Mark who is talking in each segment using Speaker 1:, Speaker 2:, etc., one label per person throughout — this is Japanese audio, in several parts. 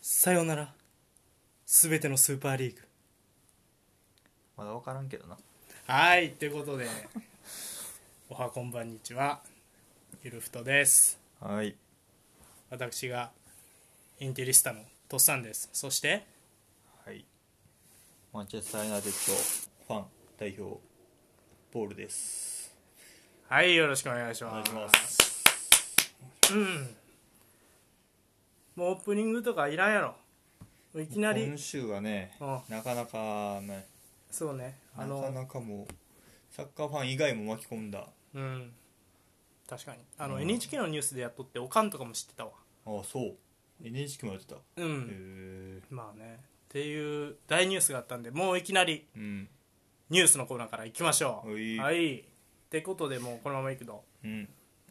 Speaker 1: さよならすべてのスーパーリーグ
Speaker 2: まだ分からんけどな
Speaker 1: はいということでおはこんばんにちはゆるふとです
Speaker 2: はい
Speaker 1: 私がインテリスタのとっさんですそして
Speaker 2: はいマンチェスター・ユナイテッドファン代表ボールです
Speaker 1: はいよろしくお願いし
Speaker 2: お
Speaker 1: ます
Speaker 2: す
Speaker 1: もうオープニングとかいらんやろもういきなり
Speaker 2: 今週はね
Speaker 1: うん
Speaker 2: なかなかね
Speaker 1: そうねあ
Speaker 2: な
Speaker 1: の
Speaker 2: かなかもうサッカーファン以外も巻き込んだ
Speaker 1: うん確かにあの、
Speaker 2: うん
Speaker 1: NHK のニュースでやっとっておかんとかも知ってたわ
Speaker 2: ああそう NHK もやってたへ
Speaker 1: うん
Speaker 2: え
Speaker 1: まあねっていう大ニュースがあったんでもういきなり
Speaker 2: うん
Speaker 1: ニュースのコーナーからいきましょう
Speaker 2: おい
Speaker 1: はいってことでもうこのままいくと
Speaker 2: うん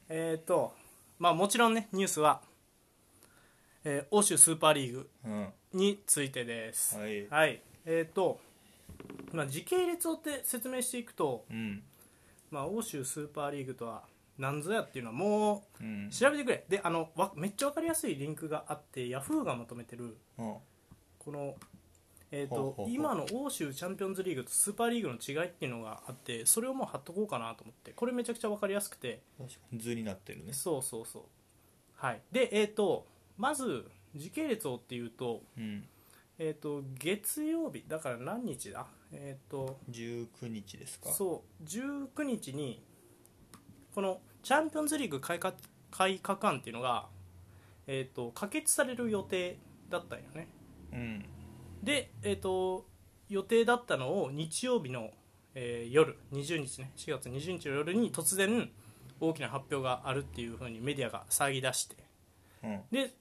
Speaker 1: えっ、とまあもちろんねニュースは、えー欧州スーパーリーグ
Speaker 2: うん
Speaker 1: についてです
Speaker 2: はい
Speaker 1: はい、えっ、とまあ、時系列を追って説明していくと、
Speaker 2: うん
Speaker 1: まあ、欧州スーパーリーグとは何ぞやっていうのはも
Speaker 2: うん
Speaker 1: う調べてくれであのわめっちゃ分かりやすいリンクがあってヤフーがまとめてる
Speaker 2: うん
Speaker 1: この、えー、
Speaker 2: ほうほ
Speaker 1: と
Speaker 2: うほう
Speaker 1: 今の欧州チャンピオンズリーグとスーパーリーグの違いっていうのがあってそれをもう貼っとこうかなと思ってこれめちゃくちゃ分かりやすくて
Speaker 2: 確かに図になってるね
Speaker 1: そうそうそうはいでえっ、とまず時系列をっていうと,、
Speaker 2: うん
Speaker 1: えー、と月曜日だから何日だえっ、と
Speaker 2: 19日ですか
Speaker 1: そう19日にこのチャンピオンズリーグ開花開花館っていうのが、えー、と可決される予定だったんよね
Speaker 2: うん
Speaker 1: で、えー、と予定だったのを日曜日の、えー夜20日ね4月20日の夜に突然大きな発表があるっていうふうにメディアが騒ぎ出して
Speaker 2: うん
Speaker 1: で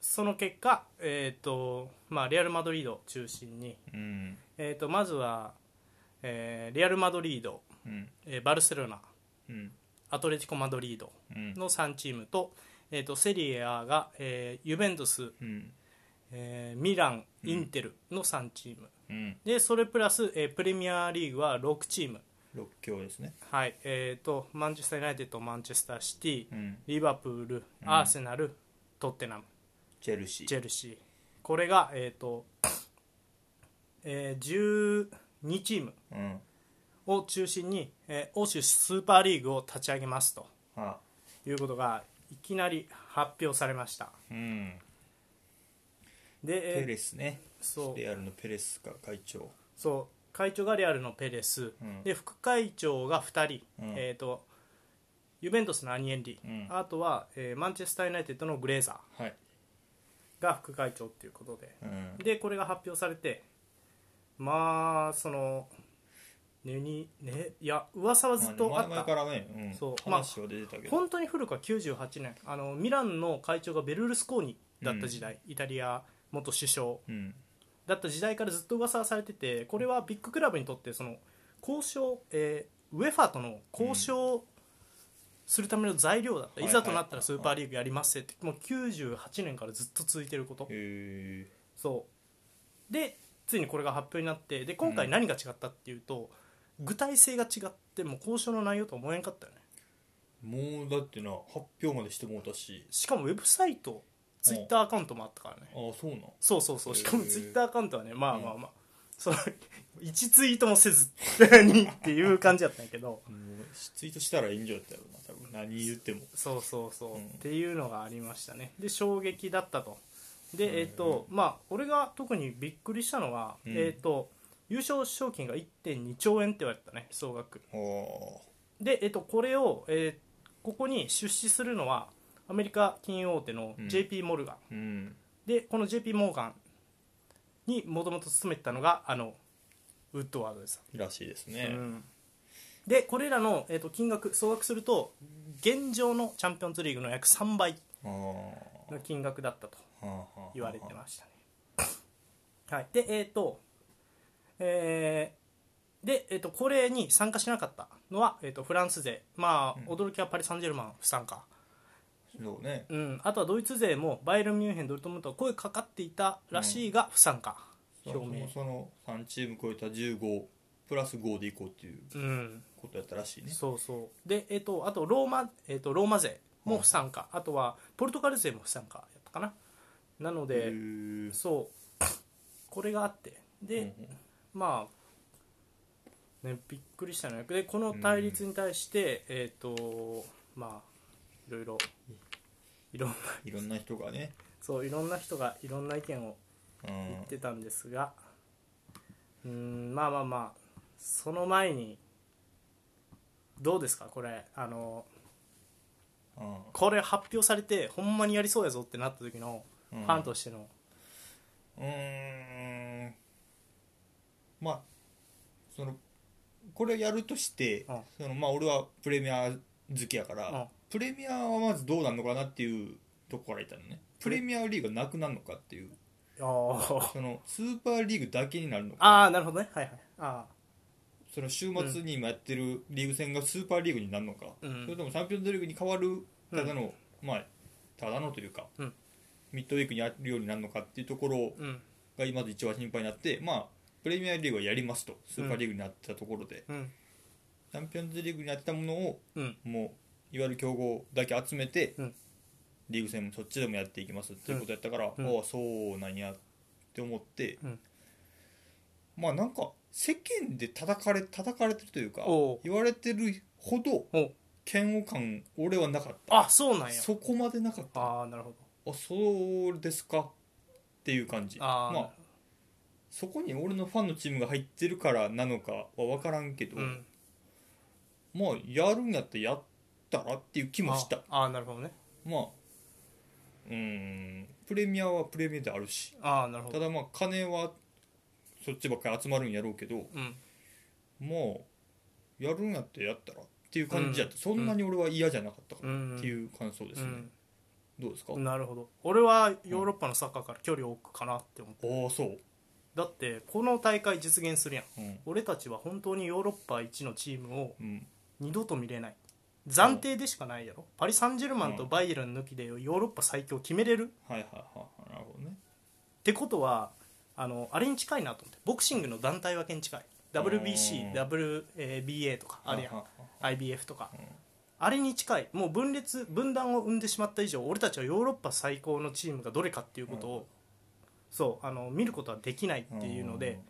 Speaker 1: その結果、えーとまあ、レアル・マドリードを中心に、
Speaker 2: うん
Speaker 1: えー、とまずは、えーレアル・マドリード、
Speaker 2: うん
Speaker 1: えーバルセロナ
Speaker 2: うん
Speaker 1: アトレティコ・マドリード
Speaker 2: うん
Speaker 1: の3チームと,、えー、とセリエ A が、えーユベントス、
Speaker 2: うん
Speaker 1: えーミランインテルの3チーム、
Speaker 2: うん
Speaker 1: でそれプラス、えープレミアリーグは6チーム、
Speaker 2: 6強ですね
Speaker 1: はいえー、とマンチェスター・ユナイテッドマンチェスター・シティ
Speaker 2: うん
Speaker 1: リバプール
Speaker 2: うん
Speaker 1: アーセナル、トッテナム
Speaker 2: チェルシー
Speaker 1: チェルシーこれが、えーとえー12チーム
Speaker 2: うん
Speaker 1: を中心に、えー欧州スーパーリーグを立ち上げますと
Speaker 2: あ
Speaker 1: いうことがいきなり発表されました
Speaker 2: うん
Speaker 1: で、えー
Speaker 2: ペレスね
Speaker 1: そう
Speaker 2: レアルのペレスが会長
Speaker 1: そう会長がレアルのペレス、
Speaker 2: うん
Speaker 1: で副会長が2人、
Speaker 2: うん
Speaker 1: えー、とユベントスのアニエンリ、
Speaker 2: うん
Speaker 1: あとは、えーマンチェスター・ユナイテッドのグレーザ
Speaker 2: はい
Speaker 1: ーが副会長っていうことで
Speaker 2: うん
Speaker 1: でこれが発表されてまあそのねにねいや噂はずっと
Speaker 2: ま
Speaker 1: あ
Speaker 2: あ
Speaker 1: っ
Speaker 2: 前々
Speaker 1: た
Speaker 2: からねうん
Speaker 1: そう
Speaker 2: 話は出てたけど
Speaker 1: 本当に古くは98年あのミランの会長がベルルスコーニだった時代、イタリア元首相
Speaker 2: うん
Speaker 1: だった時代からずっと噂はされててこれはビッグクラブにとってその交渉、えーウェファとの交渉するための材料だった、
Speaker 2: はい
Speaker 1: いざとなったらスーパーリーグやりますってもう98年からずっと続いてること
Speaker 2: へ
Speaker 1: そうでついにこれが発表になってで今回
Speaker 2: うん
Speaker 1: 何が違ったっていうと、具体性が違ってもう交渉の内容とは思えんかったよね
Speaker 2: えもうだってな発表までしてもうたし
Speaker 1: しかもウェブサイトツイッターアカウントもあったからね
Speaker 2: ああそうなん
Speaker 1: そうそうそうしかも
Speaker 2: へー
Speaker 1: ツイッターアカウントはねまあまあまあ、その1ツイートもせずにっていう感じだったんやけ ど
Speaker 2: もうツイートしたら炎上やったやろな多分何言っても
Speaker 1: そうそうそう、
Speaker 2: うん
Speaker 1: っていうのがありましたねで衝撃だったと
Speaker 2: うん
Speaker 1: でえっ、とまあ俺が特にびっくりしたのは、
Speaker 2: うん
Speaker 1: えっ、と優勝賞金が1.2兆円って言われてたね総額
Speaker 2: あ
Speaker 1: で、えっと、これを、えーここに出資するのはアメリカ金融大手の
Speaker 2: うん
Speaker 1: JP モルガン、
Speaker 2: あうん
Speaker 1: でこの JP モルガンにもともと勤めてたのがあのウッドワードです、
Speaker 2: らしいですね
Speaker 1: うんでこれらの、えっと金額総額すると現状のチャンピオンズリーグの約3倍
Speaker 2: ああ
Speaker 1: の金額だったと
Speaker 2: はあはあはあ
Speaker 1: 言われてま したね、はい、でえっ、とえーで、えー、とこれに参加しなかったのは、えー、とフランス勢まあ、
Speaker 2: うん
Speaker 1: 驚きはパリ・サンジェルマン不参加、
Speaker 2: そうね
Speaker 1: うん、あとはドイツ勢もバイエルン・ミュンヘンドルトムントは声かかっていたらしいが不参加、
Speaker 2: 表
Speaker 1: 表明
Speaker 2: 明その3チーム超えた15プラス5でいこうっていう
Speaker 1: うん
Speaker 2: ことやったらしいね
Speaker 1: そうそうで、えー、とあとローマ、えー、とローマ勢も不参加、あとはポルトガル勢も不参加やったかななの
Speaker 2: へ
Speaker 1: で
Speaker 2: ー
Speaker 1: そうこれがあってで、まあ、ね、びっくりしたのよでこの対立に対して、えっ、とまあいろいろいろんな
Speaker 2: うんいろんな人がね、
Speaker 1: そういろんな人がいろんな意見を
Speaker 2: うん
Speaker 1: 言ってたんですがうーんまあまあまあその前にどうですかこれあの
Speaker 2: うん
Speaker 1: これ発表されてほんまにやりそうやぞってなった時の
Speaker 2: う
Speaker 1: フ
Speaker 2: ん
Speaker 1: ァンとしての、
Speaker 2: うーんまあそのこれをやるとして、
Speaker 1: うん
Speaker 2: そのまあ俺はプレミア好きやから、
Speaker 1: うん
Speaker 2: プレミアはまずどうなるのかなっていうとこからいったのねプレミアリーグがなくなるのかっていう
Speaker 1: あー
Speaker 2: そのスーパーリーグだけになるのか
Speaker 1: あーなるほどねはいはいあ
Speaker 2: その週末に今やってるリーグ戦がスーパーリーグになるのか、
Speaker 1: うん
Speaker 2: それともチャンピオンズリーグに変わるただの、まあただのというか、
Speaker 1: うん
Speaker 2: ミッドウィークにやるようになるのかっていうところを
Speaker 1: ーうん
Speaker 2: がまず一番心配になって、まあ、プレミアリーグはやりますとスーパーリーグになってたところで、
Speaker 1: うん
Speaker 2: チャンピオンズリーグになってたものを
Speaker 1: うん
Speaker 2: もういわゆる競合だけ集めて、
Speaker 1: うん
Speaker 2: リーグ戦もそっちでもやっていきますっていうことやったから、
Speaker 1: うん
Speaker 2: ああそうなんやって思って、
Speaker 1: うん
Speaker 2: まあなんか世間で叩かれ叩かれてるというか
Speaker 1: おう
Speaker 2: 言われてるほど
Speaker 1: お
Speaker 2: 嫌悪感俺はなかっ
Speaker 1: あそうな
Speaker 2: た
Speaker 1: んや
Speaker 2: そこまでなかったあ
Speaker 1: ああなるほど
Speaker 2: そうですかっていう感じ
Speaker 1: あー、
Speaker 2: まあそこに俺のファンのチームが入ってるからなのかは分からんけど、
Speaker 1: うん
Speaker 2: まあやるんやったらやったらっていう気もした
Speaker 1: ああーなるほどね
Speaker 2: まあうーんプレミアはプレミアであるし
Speaker 1: ああなるほ
Speaker 2: た
Speaker 1: ど
Speaker 2: だまあ金はそっちばっかり集まるんやろうけど
Speaker 1: うん
Speaker 2: もうやるんやったらやったらっていう感じやった、そんなに俺は嫌じゃなかったか
Speaker 1: う
Speaker 2: ら
Speaker 1: ん
Speaker 2: っていう感想ですね、どうですか、
Speaker 1: うん
Speaker 2: あ
Speaker 1: なるほど俺はヨーロッパのサッカーから距離を置くかなって思う
Speaker 2: あそう、
Speaker 1: だってこの大会実現するやん
Speaker 2: うん
Speaker 1: 俺たちは本当にヨーロッパ一のチームを
Speaker 2: うん、
Speaker 1: 二度と見れない暫定でしかないやろパリ・サンジェルマンとバイエルン抜きでヨーロッパ最強決めれるっ
Speaker 2: はいはいはいなるほどね
Speaker 1: てことはあのあれに近いなと思ってボクシングの団体分けに近い WBC、
Speaker 2: うん
Speaker 1: WBA とかあれやん
Speaker 2: は
Speaker 1: IBF とか、あれに近いもう分裂分断を生んでしまった以上俺たちはヨーロッパ最高のチームがどれかっていうことを、そうあの見ることはできないっていうので、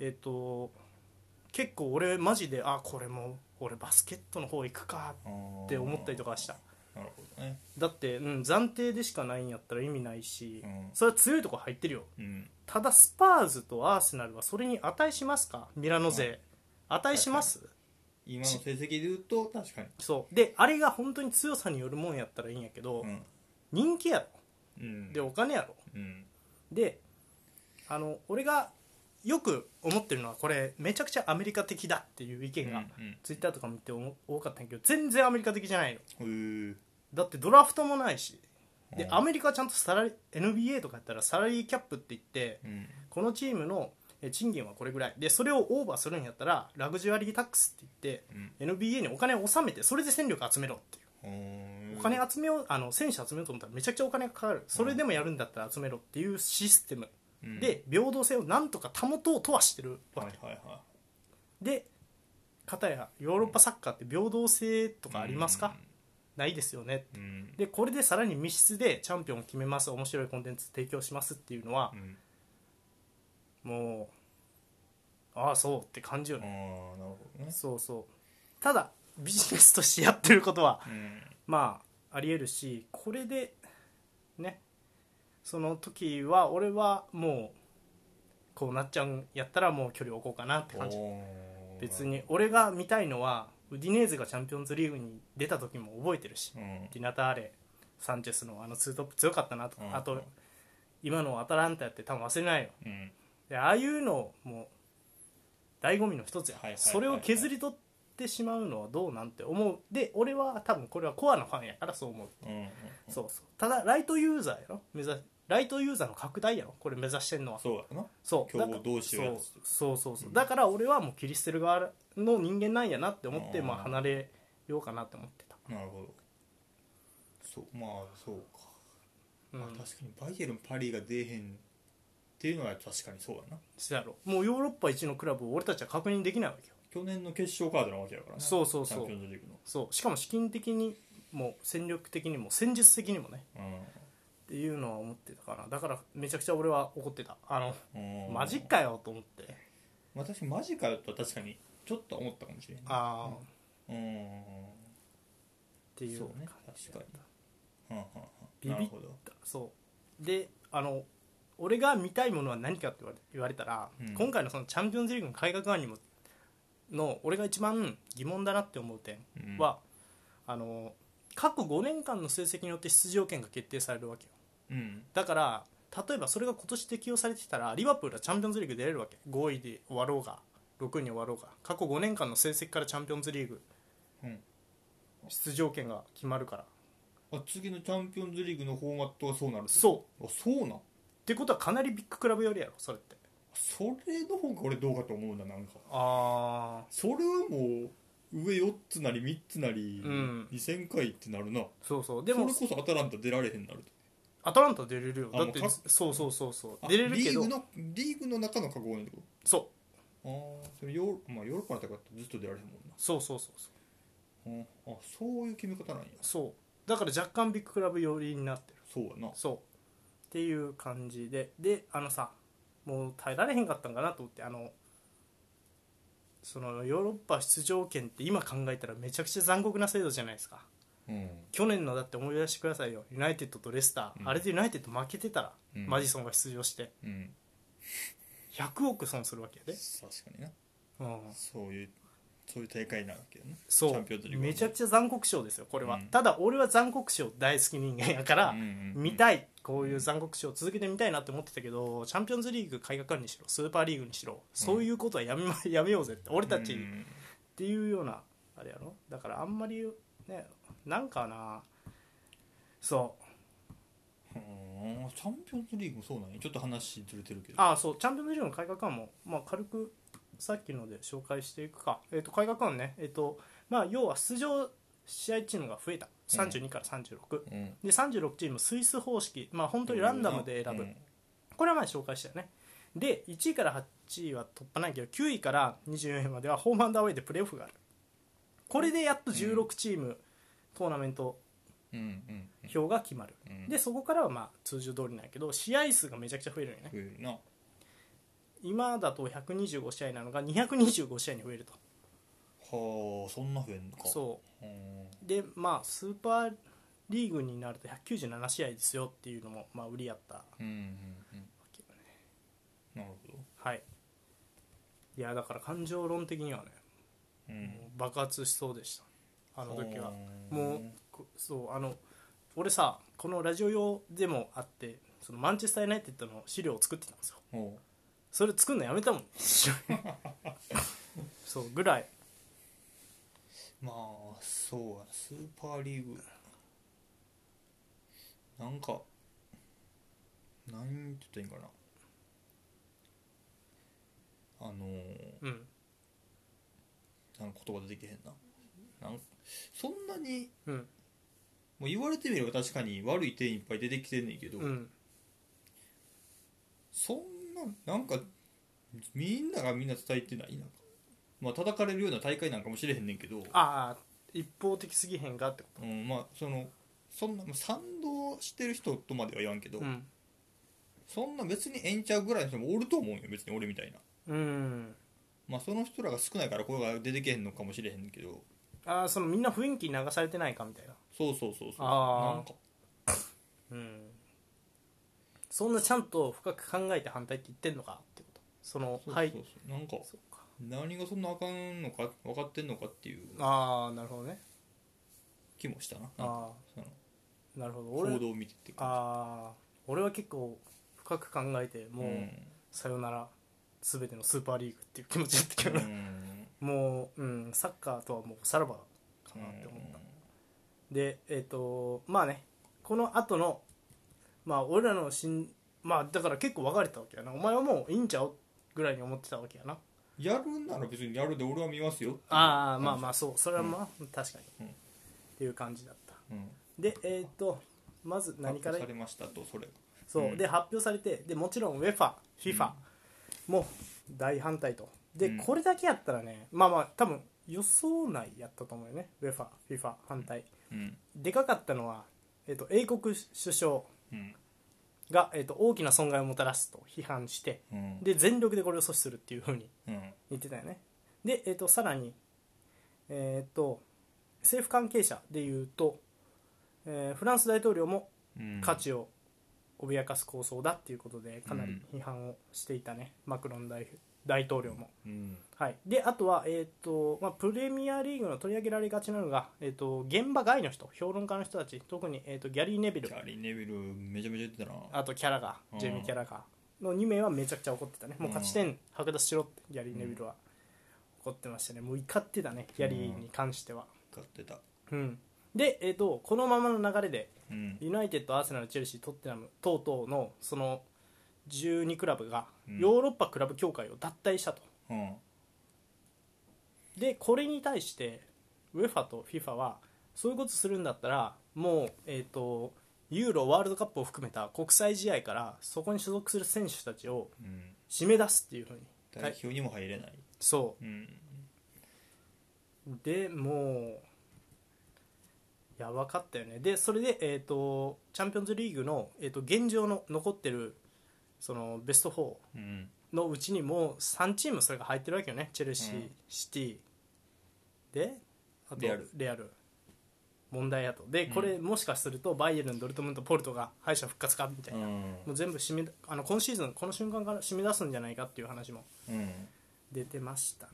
Speaker 1: えっ、と結構俺マジであこれもう俺バスケットの方行くか
Speaker 2: っ
Speaker 1: って思ったりとかした
Speaker 2: なるほどね
Speaker 1: だって、うん、暫定でしかないんやったら意味ないし、
Speaker 2: うん
Speaker 1: それは強いとこ入ってるよ
Speaker 2: うん
Speaker 1: ただスパーズとアーセナルはそれに値しますかミラノ勢、値します、
Speaker 2: 今の成績で言うと確かに
Speaker 1: そうであれが本当に強さによるもんやったらいいんやけど、
Speaker 2: うん
Speaker 1: 人気やろ
Speaker 2: うん
Speaker 1: でお金やろ
Speaker 2: うん
Speaker 1: であの俺がよく思ってるのはこれめちゃくちゃアメリカ的だっていう意見が、
Speaker 2: うんうん
Speaker 1: ツイッターとか見てお多かったんやけど全然アメリカ的じゃないの
Speaker 2: へー
Speaker 1: だってドラフトもないしで、
Speaker 2: うん
Speaker 1: アメリカはちゃんとサラリ NBA とかやったらサラリーキャップって言って、
Speaker 2: うん
Speaker 1: このチームのえ賃金はこれぐらいでそれをオーバーするんやったらラグジュアリータックスって
Speaker 2: うん
Speaker 1: 言って、NBA にお金を納めてそれで戦力集めろっていう
Speaker 2: ほー
Speaker 1: お金集めようあの選手集めようと思ったらめちゃくちゃお金がかかるそれでもやるんだったら集めろっていうシステム、
Speaker 2: うん
Speaker 1: で平等性をなんとか保とうとはしてる
Speaker 2: は
Speaker 1: わ
Speaker 2: い
Speaker 1: け、
Speaker 2: はいは
Speaker 1: で片やヨーロッパサッカーって平等性と
Speaker 2: い
Speaker 1: かありますか、ないですよね
Speaker 2: うん
Speaker 1: でこれでさらに密室でチャンピオンを決めます面白いコンテンツ提供しますっていうのは
Speaker 2: う、ん
Speaker 1: もうああそうって感じよ
Speaker 2: ああ
Speaker 1: ね、
Speaker 2: ーなるほどね
Speaker 1: そうそうただビジネスとしてやってることは
Speaker 2: うん
Speaker 1: まあありえるしこれでねその時は俺はもうこうなっちゃうんやったらもう距離を置こうかなって感じ
Speaker 2: おー
Speaker 1: 別に俺が見たいのはウディネーズがチャンピオンズリーグに出た時も覚えてるし、
Speaker 2: うん
Speaker 1: ディナターレサンチェスのあのツートップ強かったなとか、
Speaker 2: うん
Speaker 1: あと今のアタランタやって多分忘れないよ
Speaker 2: うん
Speaker 1: でああいうのもう醍醐味の一つや、
Speaker 2: はいはいはいはい
Speaker 1: それを削り取ってしまうのはどうなんて思うで俺は多分これはコアのファンやからそう思う
Speaker 2: うんうん
Speaker 1: そうそうただライトユーザーやろ目指ライトユーザーの拡大やろこれ目指してんのは
Speaker 2: そうやな
Speaker 1: そう
Speaker 2: 競合
Speaker 1: だから
Speaker 2: 同士をやる
Speaker 1: そうそうそうそうだから俺はもう切り捨てる側の人間なんやなって思って
Speaker 2: うん
Speaker 1: まあ離れようかなって思ってた、
Speaker 2: なるほどそうまあそうか
Speaker 1: うん
Speaker 2: まあ、確かにバイエルンパリが出えへんっていうのは確かにそうやな
Speaker 1: そうやろもうヨーロッパ一のクラブを俺たちは確認できないわけよ
Speaker 2: 去年の決勝カードなわけやからね
Speaker 1: そうそうそう
Speaker 2: チャンピオンズリーグの
Speaker 1: そうしかも資金的にも戦力的にも戦術的にもね
Speaker 2: うん
Speaker 1: でっていうのは思ってたかなだからめちゃくちゃ俺は怒ってたあの
Speaker 2: うん
Speaker 1: マジかよと思って
Speaker 2: まあ確かにマジかよとは確かにちょっと思ったかもしれない
Speaker 1: ああっ
Speaker 2: うん
Speaker 1: ていう
Speaker 2: そうね
Speaker 1: 形だっ
Speaker 2: 確はんはんはん
Speaker 1: ビビ
Speaker 2: なるほど
Speaker 1: たそうであの俺が見たいものは何かって言われ言われたら、
Speaker 2: うん
Speaker 1: 今回のそのチャンピオンズリーグの改革案にもの俺が一番疑問だなって思う点
Speaker 2: うん
Speaker 1: は、あの過去5年間の成績によって出場権が決定されるわけよ
Speaker 2: うん
Speaker 1: だから例えばそれが今年適用されてきたらリバプールはチャンピオンズリーグ出れるわけ5位で終わろうが6位に終わろうが過去5年間の成績からチャンピオンズリーグ
Speaker 2: うん
Speaker 1: 出場権が決まるから
Speaker 2: あ次のチャンピオンズリーグのフォーマットはそうなる
Speaker 1: そうっ
Speaker 2: うあそうなん
Speaker 1: てことはかなりビッグクラブよりやろそれって
Speaker 2: それの方が俺どうかと思うななんか
Speaker 1: ああ
Speaker 2: それはもう上4つなり3つなり
Speaker 1: うん
Speaker 2: 2000回ってなるな、
Speaker 1: そうそうでも
Speaker 2: それこそアタランタ出られへんなる
Speaker 1: アタランタ出れるよ
Speaker 2: あ
Speaker 1: だって
Speaker 2: もう
Speaker 1: そうそうそうそう
Speaker 2: と
Speaker 1: 出れるけど
Speaker 2: あリーグのリーグの中の過去年ってこ
Speaker 1: そう
Speaker 2: とああそれヨーロ,、まあ、ヨーロッパの大会ってずっと出られへんもんな
Speaker 1: そうそうそうそう
Speaker 2: うんあそういう決め方なんや
Speaker 1: そうだから若干ビッグクラブ寄りになってる
Speaker 2: そうやな
Speaker 1: そうっていう感じでであのさもう耐えられへんかったんかなと思ってあのそのヨーロッパ出場権って今考えたらめちゃくちゃ残酷な制度じゃないですか
Speaker 2: うん
Speaker 1: 去年のだって思い出してくださいよユナイテッドとレスター、
Speaker 2: うん
Speaker 1: あれでユナイテッド負けてたら、
Speaker 2: うん
Speaker 1: マジソンが出場して
Speaker 2: うん
Speaker 1: 100億損するわけやで、
Speaker 2: 確かにな
Speaker 1: うん、
Speaker 2: そういうそういう大会なわけやな
Speaker 1: そ
Speaker 2: チャ
Speaker 1: う
Speaker 2: ンピオンズリーグは
Speaker 1: めちゃくちゃ残酷賞ですよこれは、
Speaker 2: うん
Speaker 1: ただ俺は残酷賞大好き人間やから、
Speaker 2: うんうんうん
Speaker 1: 見たいこういう残酷賞を続けてみたいなって思ってたけどチャンピオンズリーグ改革案にしろスーパーリーグにしろそういうことはやめ,、 やめようぜって俺たちっ
Speaker 2: うん
Speaker 1: ていうようなあれやろだからあんまりねなんかなそう
Speaker 2: うんチャンピオンズリーグもそうなんやちょっと話ずれてるけど
Speaker 1: ああそうチャンピオンズリーグの改革案も、まあ、軽くさっきので紹介していくか、えっと改革案ね、えっとまあ、要は出場試合チームが増えた32から36、
Speaker 2: うん
Speaker 1: で36チームスイス方式、まあ、本当にランダムで選ぶ、
Speaker 2: うん
Speaker 1: これは前紹介したよねで1位から8位は突破ないけど9位から24位まではホームアンダーウェイでプレーオフがあるこれでやっと16チーム、トーナメント
Speaker 2: うんうん
Speaker 1: 表が決まる、
Speaker 2: うん
Speaker 1: でそこからはまあ通常通りなんやけど試合数がめちゃくちゃ増えるよね
Speaker 2: 増えるな
Speaker 1: 今だと125試合なのが225試合に増えると
Speaker 2: はあそんな増えんのか
Speaker 1: そう
Speaker 2: うん
Speaker 1: うでまあスーパーリーグになると197試合ですよっていうのもまあ売りやったわ
Speaker 2: うんうんうん
Speaker 1: けよね
Speaker 2: なるほど
Speaker 1: はいいやだから感情論的にはね
Speaker 2: うん
Speaker 1: 爆発しそうでしたあの時は
Speaker 2: うん
Speaker 1: もうこそうあの俺さこのラジオ用でもあってそのマンチェスター・ユナイテッドの資料を作ってたんですよ
Speaker 2: ほ
Speaker 1: それ作るのやめ たもんそうぐらいう
Speaker 2: まあそうやスーパーリーグなんかなんて言ったらいいんかなあのー
Speaker 1: うん
Speaker 2: なんか言葉出てけへんななんそんなに
Speaker 1: うん
Speaker 2: もう言われてみれば確かに悪い点いっぱい出てきてんねんけど、
Speaker 1: うん
Speaker 2: そんななんかみんながみんな伝えてないなんかまあ叩かれるような大会なんかもしれへんねんけど
Speaker 1: ああ一方的すぎへんがってこ
Speaker 2: うん、まあそのそんなまあ賛同してる人とまでは言わんけど、
Speaker 1: とうん
Speaker 2: そんな別にえんちゃうぐらいの人もおると思うんよ別に俺みたいな
Speaker 1: うん
Speaker 2: まあその人らが少ないから声が出てけへんのかもしれへんけど
Speaker 1: ああそのみんな雰囲気に流されてないかみたいな
Speaker 2: そうそうそうそう
Speaker 1: あー
Speaker 2: なんか
Speaker 1: うんそんなちゃんと深く考えて反対って言ってんのかってことその
Speaker 2: そう
Speaker 1: はい
Speaker 2: そうそうなんか
Speaker 1: そうか
Speaker 2: 何がそんなあかんのか分かってんのかっていう
Speaker 1: ああなるほどね
Speaker 2: 気もしたななんか
Speaker 1: あ
Speaker 2: その
Speaker 1: あなるほど俺
Speaker 2: 報道を見てて
Speaker 1: ああ俺は結構深く考えてもう、
Speaker 2: うん
Speaker 1: さよなら全てのスーパーリーグっていう気持ちだ ったけど
Speaker 2: う
Speaker 1: な、
Speaker 2: ん
Speaker 1: もう、うん、サッカーとはもうさらばかなって思った、でえっ、とまあねこの後のまあ俺らのしんまあだから結構分かれたわけやなお前はもういいんちゃうぐらいに思ってたわけやな
Speaker 2: やるんなら別にやるで俺は見ますよ
Speaker 1: ああまあ
Speaker 2: あ、
Speaker 1: まあそうそれはまあ、確かに、
Speaker 2: うん
Speaker 1: っていう感じだった
Speaker 2: うん、
Speaker 1: でえっ、とまず何から
Speaker 2: 発表されましたとそれ
Speaker 1: そう、
Speaker 2: うん
Speaker 1: で発表されてでもちろん UEFA、FIFA も大反対とで、
Speaker 2: うん
Speaker 1: これだけやったらねまあまあ多分予想内やったと思うよね UEFA、FIFA 反対
Speaker 2: うん
Speaker 1: でかかったのは、えっと英国首相
Speaker 2: うん
Speaker 1: が、えー、と大きな損害をもたらすと批判して
Speaker 2: うん
Speaker 1: で全力でこれを阻止するっていうふうに
Speaker 2: うん
Speaker 1: 言ってたよねで、えー、とさらに、えー、と政府関係者でいうと、えーフランス大統領も
Speaker 2: うん
Speaker 1: 価値を脅かす構想だっていうことでかなり
Speaker 2: う
Speaker 1: 批判をしていたね、マクロン大大統領も。
Speaker 2: うん
Speaker 1: はい、であとは、えーとまあ、プレミアリーグの取り上げられがちなのが、えー、と現場外の人評論家の人たち特に、えー、とギャリー・ネビル
Speaker 2: キャリー・ネビルめちゃめちゃ言ってたな
Speaker 1: あとキャラが
Speaker 2: うん
Speaker 1: ジェミー・キャラがの2名はめちゃくちゃ怒ってたねもう勝ち点剥奪しろってギャリー・ネビルは怒ってましたねもう怒ってたねギャリーに関しては、
Speaker 2: 買ってた
Speaker 1: うん、で、えー、とこのままの流れで
Speaker 2: うん
Speaker 1: ユナイテッド、アーセナル、チェルシー、トッテナム等々のその12クラブが
Speaker 2: うん
Speaker 1: ヨーロッパクラブ協会を脱退したと、
Speaker 2: うん
Speaker 1: でこれに対して UEFA と FIFA はそういうことするんだったらもう、えー、とユーロワールドカップを含めた国際試合からそこに所属する選手たちを
Speaker 2: うん
Speaker 1: 締め出すっていうふうに
Speaker 2: 代表にも入れない
Speaker 1: そ
Speaker 2: うん
Speaker 1: うでもうやばかったよねでそれで、えー、とチャンピオンズリーグの、えー、と現状の残ってるそのベスト4
Speaker 2: うん
Speaker 1: のうちにもう3チームそれが入ってるわけよねチェルシー、
Speaker 2: うん
Speaker 1: シティであと
Speaker 2: レアル
Speaker 1: 問題やとでこれもしかするとバイエルンドルトムントポルトが敗者復活かみたいな、
Speaker 2: うん
Speaker 1: もう全部締めあの今シーズンこの瞬間から締め出すんじゃないかっていう話も
Speaker 2: うん
Speaker 1: 出てましたな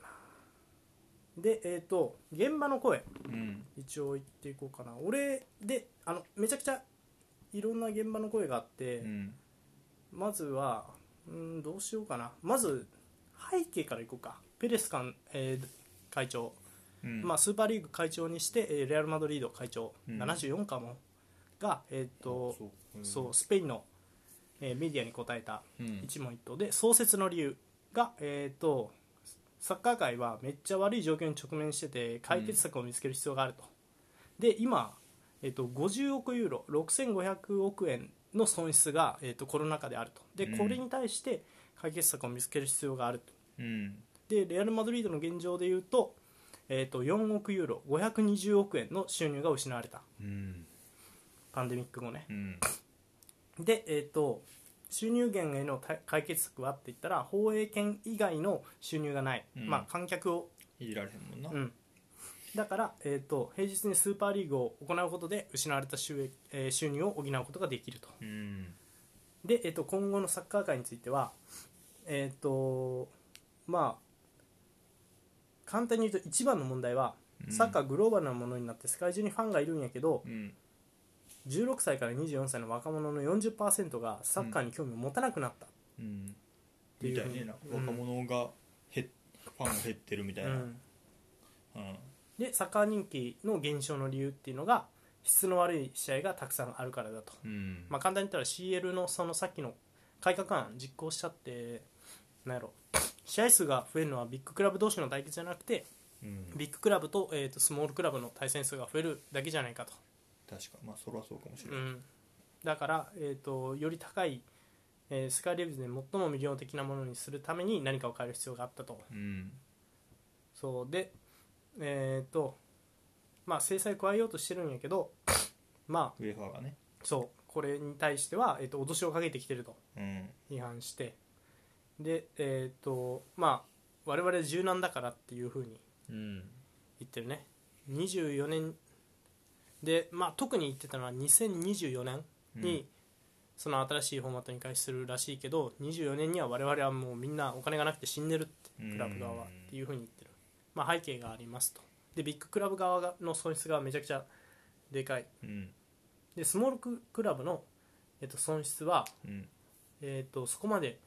Speaker 1: でえっ、と現場の声
Speaker 2: うん
Speaker 1: 一応言っていこうかな俺であのめちゃくちゃいろんな現場の声があって、
Speaker 2: うん
Speaker 1: まずはうんどうしようかなまず背景からいこうかペレス監、えー会長、
Speaker 2: うん
Speaker 1: まあ、スーパーリーグ会長にして、えーレアル・マドリード会長、
Speaker 2: うん
Speaker 1: 74かもが、えーと
Speaker 2: そううん
Speaker 1: そうスペインの、えーメディアに答えた
Speaker 2: うん
Speaker 1: 一問一答で創設の理由が、えー、とサッカー界はめっちゃ悪い状況に直面してて解決策を見つける必要があると、で今、えー、と50億ユーロ6500億円の損失が、えー、とコロナ禍であるとで
Speaker 2: うん
Speaker 1: これに対して解決策を見つける必要があると
Speaker 2: うん
Speaker 1: でレアル・マドリードの現状でいうと,、えー、と4億ユーロ520億円の収入が失われた
Speaker 2: うん
Speaker 1: パンデミック後ね
Speaker 2: うん
Speaker 1: で、えー、と収入源への対解決策はって言ったら放映権以外の収入がない、
Speaker 2: うん
Speaker 1: まあ、観客を、
Speaker 2: いじられへんもんな
Speaker 1: うん、だから、えー、と平日にスーパーリーグを行うことで失われた収益、えー収入を補うことができると
Speaker 2: うん
Speaker 1: で、えー、と今後のサッカー界については、えーとまあ、簡単に言うと一番の問題は
Speaker 2: うん
Speaker 1: サッカーグローバルなものになって世界中にファンがいるんやけど
Speaker 2: うん
Speaker 1: 16歳から24歳の若者の40%がサッカーに興味を持たなくなった。
Speaker 2: うん
Speaker 1: てい
Speaker 2: み
Speaker 1: う
Speaker 2: た
Speaker 1: ふう
Speaker 2: い
Speaker 1: に
Speaker 2: ねな
Speaker 1: うん
Speaker 2: 若者が減っファンが減ってるみたいな
Speaker 1: う
Speaker 2: うん
Speaker 1: んでサッカー人気の減少の理由っていうのが質の悪い試合がたくさんあるからだと、
Speaker 2: うん
Speaker 1: まあ、簡単に言ったら CL のそのさっきの改革案実行しちゃってなんやろ試合数が増えるのはビッグクラブ同士の対決じゃなくて
Speaker 2: うん
Speaker 1: ビッグクラブと,、えーとスモールクラブの対戦数が増えるだけじゃないかと、
Speaker 2: 確かまあそれはそうかもしれ
Speaker 1: う
Speaker 2: ない
Speaker 1: ん、だから、えー、とより高い、えースカイレビューで最も魅力的なものにするために何かを変える必要があったと
Speaker 2: うん
Speaker 1: そうでえっ、とまあ制裁加えようとしてるんやけどまあ
Speaker 2: ウェファーがね
Speaker 1: そうこれに対しては、えー、と脅しをかけてきてると
Speaker 2: うん
Speaker 1: 批判してでえっ、とまあ我々柔軟だからっていうふうに
Speaker 2: うん
Speaker 1: 言ってるね24年で、まあ、特に言ってたのは2024年に、その新しいフォーマットに開始するらしいけど24年には我々はもうみんなお金がなくて死んでるってクラブ側はっていうふうに言ってる、まあ、背景がありますとでビッグクラブ側がの損失がめちゃくちゃでかい
Speaker 2: うん
Speaker 1: でスモールククラブの、えっと、損失は、
Speaker 2: うん
Speaker 1: えっと、そこまで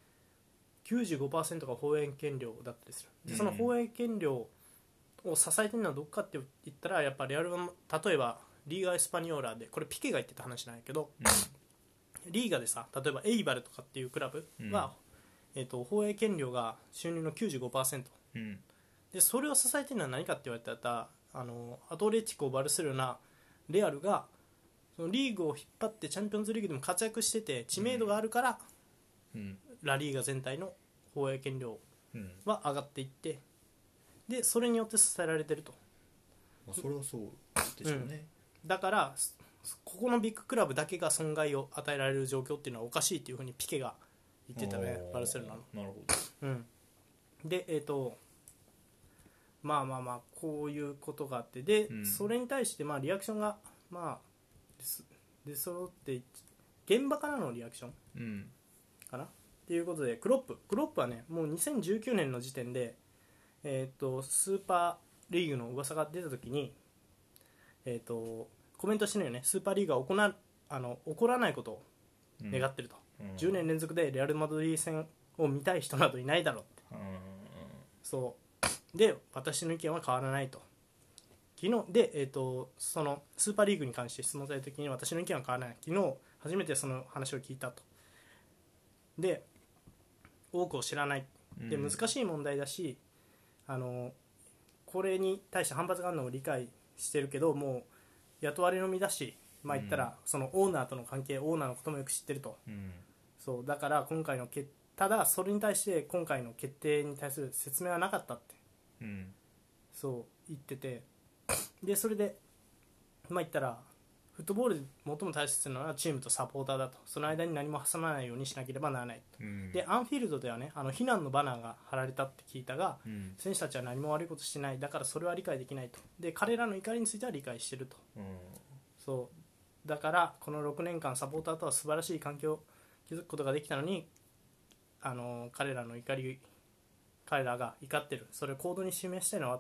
Speaker 1: 95%が放映権料だったりする
Speaker 2: う
Speaker 1: で
Speaker 2: ん
Speaker 1: その放映権料を支えてるのはどこかって言ったらやっぱレアルは例えばリーガ・エスパニオーラでこれピケが言ってた話なんやけどリーガでさ例えばエイバルとかっていうクラブは、えー、と放映権料が収入の95%
Speaker 2: うん
Speaker 1: でそれを支えてるのは何かって言われたらあのアトレティコ・バルセロナレアルがそのリーグを引っ張ってチャンピオンズリーグでも活躍してて知名度があるから、
Speaker 2: うん
Speaker 1: ラリーガ全体の放映権料
Speaker 2: うん
Speaker 1: は上がっていってでそれによって支えられてると
Speaker 2: まあそれはそうでしょうね
Speaker 1: だからすここのビッグクラブだけが損害を与えられる状況っていうのはおかしいっていうふうにピケが言ってたね
Speaker 2: おー
Speaker 1: バルセロナの。
Speaker 2: なるほ
Speaker 1: うん、でえっ、とまあまあまあこういうことがあってで、
Speaker 2: うん
Speaker 1: それに対してまあリアクションがまあです出揃って現場からのリアクション
Speaker 2: どうん
Speaker 1: かなっていうことでクロップクロップはねもう2019年の時点で、えー、とスーパーリーグの噂が出た時に、えー、とコメントしてるよねスーパーリーグは行なあの起こらないことを
Speaker 2: うん
Speaker 1: 願ってると、
Speaker 2: うん
Speaker 1: 10年連続でレアル・マドリード戦を見たい人などいないだろうって
Speaker 2: うん
Speaker 1: そうで私の意見は変わらないと昨日で、えー、とそのスーパーリーグに関して質問された時に私の意見は変わらない昨日初めてその話を聞いたとで多くを知らないで
Speaker 2: うん
Speaker 1: 難しい問題だし、あのこれに対して反発があるのを理解してるけどもう雇われの身だしまあ言ったら、
Speaker 2: うん
Speaker 1: そのオーナーとの関係オーナーのこともよく知ってると
Speaker 2: うん
Speaker 1: そうだから今回の決ただそれに対して今回の決定に対する説明はなかったって
Speaker 2: うん
Speaker 1: そう言っててでそれでまあ言ったらフットボールで最も大切なのはチームとサポーターだとその間に何も挟まないようにしなければならない
Speaker 2: うん
Speaker 1: でアンフィールドではねあの避難のバナーが貼られたって聞いたが
Speaker 2: うん
Speaker 1: 選手たちは何も悪いことしてないだからそれは理解できないとで彼らの怒りについては理解してると
Speaker 2: うん
Speaker 1: そうだからこの6年間サポーターとは素晴らしい環境を築くことができたのにあの彼らの怒り彼らが怒ってるそれを行動に示したいのは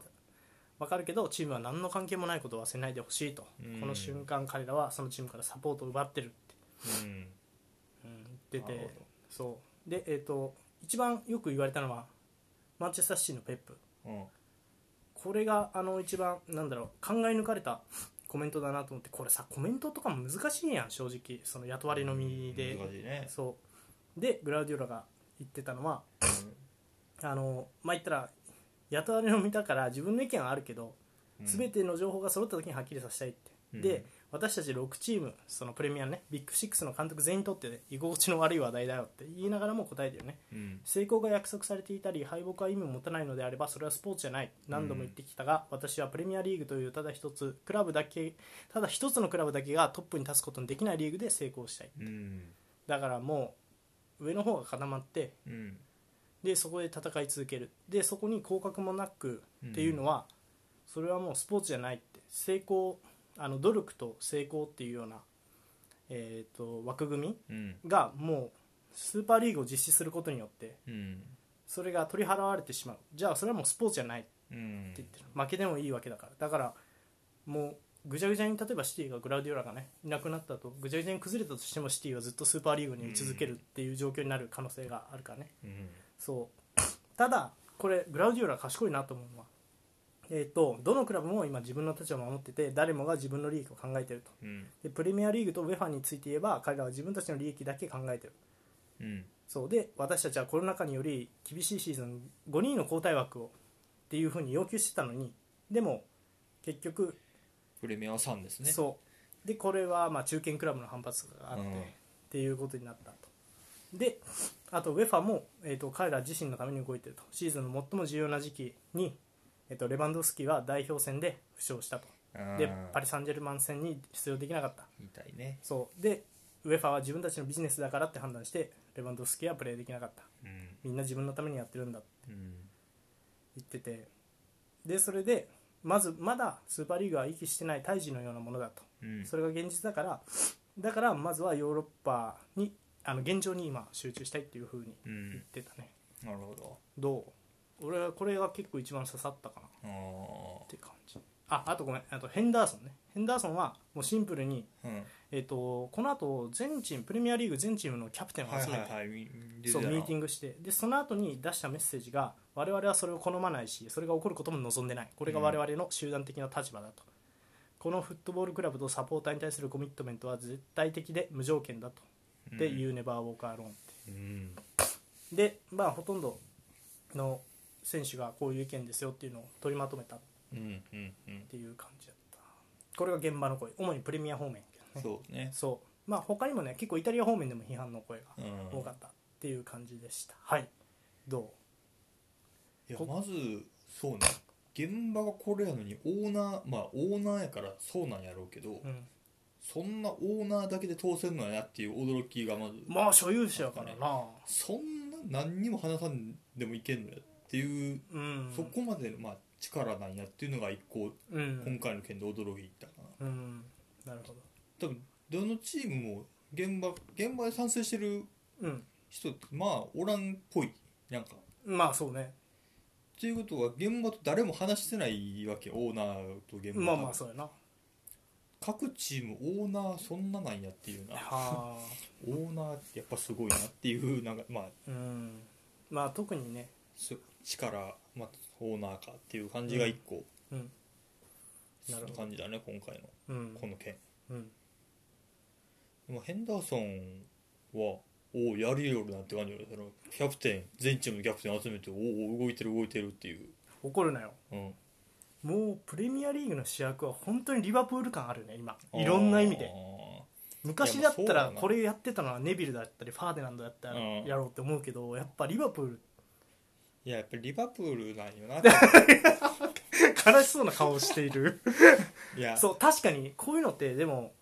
Speaker 1: 分かるけどチームは何の関係もないことを忘れないでほしいと
Speaker 2: うん
Speaker 1: この瞬間彼らはそのチームからサポートを奪ってるって、うん、言ってて
Speaker 2: なるほど
Speaker 1: そうでえっ、と一番よく言われたのはマンチェスターシティのペップ
Speaker 2: うん
Speaker 1: これがあの一番なんだろう考え抜かれた コメントだなと思ってこれさコメントとかも難しいやん正直その雇われの身で
Speaker 2: 難しいね
Speaker 1: そうでグラウディオラが言ってたのはあのまあ言ったら雇われの身だから自分の意見はあるけど、
Speaker 2: うん
Speaker 1: 全ての情報が揃った時にはっきりさせたいって、
Speaker 2: うん
Speaker 1: で私たち6チームそのプレミアのねビッグ6の監督全員にとって、ね、居心地の悪い話題だよって言いながらも答えてるね
Speaker 2: うん
Speaker 1: 成功が約束されていたり敗北は意味を持たないのであればそれはスポーツじゃない何度も言ってきたが、私はプレミアリーグというただ一つクラブだけただ一つのクラブだけがトップに立つことのできないリーグで成功したい
Speaker 2: うん
Speaker 1: だからもう上の方が固まって
Speaker 2: うん
Speaker 1: でそこで戦い続けるでそこに降格もなくっていうのは、それはもうスポーツじゃないって成功あの努力と成功っていうような、えー、と枠組
Speaker 2: うん
Speaker 1: みがもうスーパーリーグを実施することによって
Speaker 2: うん
Speaker 1: それが取り払われてしまうじゃあそれはもうスポーツじゃないって
Speaker 2: うん
Speaker 1: 言ってる負けでもいいわけだからだからもうぐちゃぐちゃに例えばシティがグラウディオラがねいなくなったとぐちゃぐちゃに崩れたとしてもシティはずっとスーパーリーグに居続けるっていう状況になる可能性があるからね
Speaker 2: うん
Speaker 1: そう ただこれグラウディオラ賢いなと思うのはえっ、とどのクラブも今自分の立場を守ってて誰もが自分の利益を考えてると
Speaker 2: うん
Speaker 1: でプレミアリーグとウェファについて言えば彼らは自分たちの利益だけ考えてる
Speaker 2: うん
Speaker 1: そうで私たちはコロナ禍により厳しいシーズン5人の交代枠をっていうふうに要求してたのにでも結局、
Speaker 2: プレミアさんですね
Speaker 1: そうでこれはまあ中堅クラブの反発があって、
Speaker 2: うん
Speaker 1: っていうことになったとであと UEFA も、えー、と彼ら自身のために動いてるとシーズンの最も重要な時期に、えー、とレバンドフスキは代表戦で負傷したとでパリ・サンジェルマン戦に出場できなかった
Speaker 2: 痛いね
Speaker 1: そうで UEFA は自分たちのビジネスだからって判断してレバンドフスキはプレーできなかった
Speaker 2: うん
Speaker 1: みんな自分のためにやってるんだって
Speaker 2: うん
Speaker 1: 言っててでそれでまずまだスーパーリーグは息してない胎児のようなものだと
Speaker 2: うん
Speaker 1: それが現実だからだからまずはヨーロッパにあの現状に今集中したいっていうふうに
Speaker 2: う
Speaker 1: 言っ
Speaker 2: ん
Speaker 1: てたね、
Speaker 2: なるほど
Speaker 1: どう俺はこれが結構一番刺さったかなっ
Speaker 2: あ
Speaker 1: て感じああとごめんあとヘンダーソンねヘンダーソンはもうシンプルに、
Speaker 2: あうん
Speaker 1: えっとこの後全チームプレミアリーグ全チームのキャプテンを
Speaker 2: はい
Speaker 1: 集めて、
Speaker 2: はいはいミ
Speaker 1: そうミーティ
Speaker 2: ング
Speaker 1: ングしてでその後に出したメッセージが我々はそれを好まないしそれが起こることも望んでないこれが我々の集団的な立場だと、このフットボールクラブとサポーターに対するコミットメントは絶対的で無条件だと、で「You Never Walk Alone」って
Speaker 2: うん
Speaker 1: でまあほとんどの選手がこういう意見ですよっていうのを取りまとめたっ
Speaker 2: うんうんうん
Speaker 1: ていう感じだったこれが現場の声主にプレミア方面やけどね
Speaker 2: そうね
Speaker 1: そうまあ他にもね結構イタリア方面でも批判の声が
Speaker 2: うん
Speaker 1: 多かったっていう感じでした、はいどう
Speaker 2: いや
Speaker 1: こ
Speaker 2: まずそうね現場がこれやのにオーナーまあオーナーやからそうなんやろうけど、
Speaker 1: うん
Speaker 2: そんなオーナーだけで通せるのやっていう驚きがまず
Speaker 1: まあ所有者やから
Speaker 2: なん
Speaker 1: な
Speaker 2: そんな何にも話さんでもいけんのやっていう、
Speaker 1: うん
Speaker 2: そこまでの、まあ、力なんやっていうのが一個
Speaker 1: うん
Speaker 2: 今回の件で驚いたかな
Speaker 1: うんなるほ
Speaker 2: 多分どのチームも現場現場で賛成してる
Speaker 1: どうん
Speaker 2: 人まあおらんっぽいなんか
Speaker 1: まあそうね
Speaker 2: っていうことは現場と誰も話してないわけオーナーと現場
Speaker 1: まあまあそうやな
Speaker 2: 各チームオーナーそんななんやっていうな
Speaker 1: はあ
Speaker 2: オーナーってやっぱすごいなっていうなんかまあ
Speaker 1: うんまあ特にね
Speaker 2: す力、まあ、オーナーかっていう感じが一個、
Speaker 1: うん
Speaker 2: そんな感じだね今回の
Speaker 1: うん
Speaker 2: この件
Speaker 1: うん
Speaker 2: でもヘンダーソンはおおやるよるなって感じだよねそのキャプテン全チームのキャプテン集めておお動いてる動いてるっていう、
Speaker 1: 怒るなよ
Speaker 2: うん、
Speaker 1: もうプレミアリーグの主役は本当にリバプール感あるね今 いろんな意味で昔だっ
Speaker 2: い
Speaker 1: た
Speaker 2: やまあそう
Speaker 1: ら
Speaker 2: だな
Speaker 1: これやってたのはネビルだったりファーデナンドだったら
Speaker 2: うん
Speaker 1: やろうって思うけどやっぱリバプール
Speaker 2: いややっぱりリバプールなん よな
Speaker 1: 悲しそうな顔をしてい る
Speaker 2: いや
Speaker 1: そう確かにこういうのってでも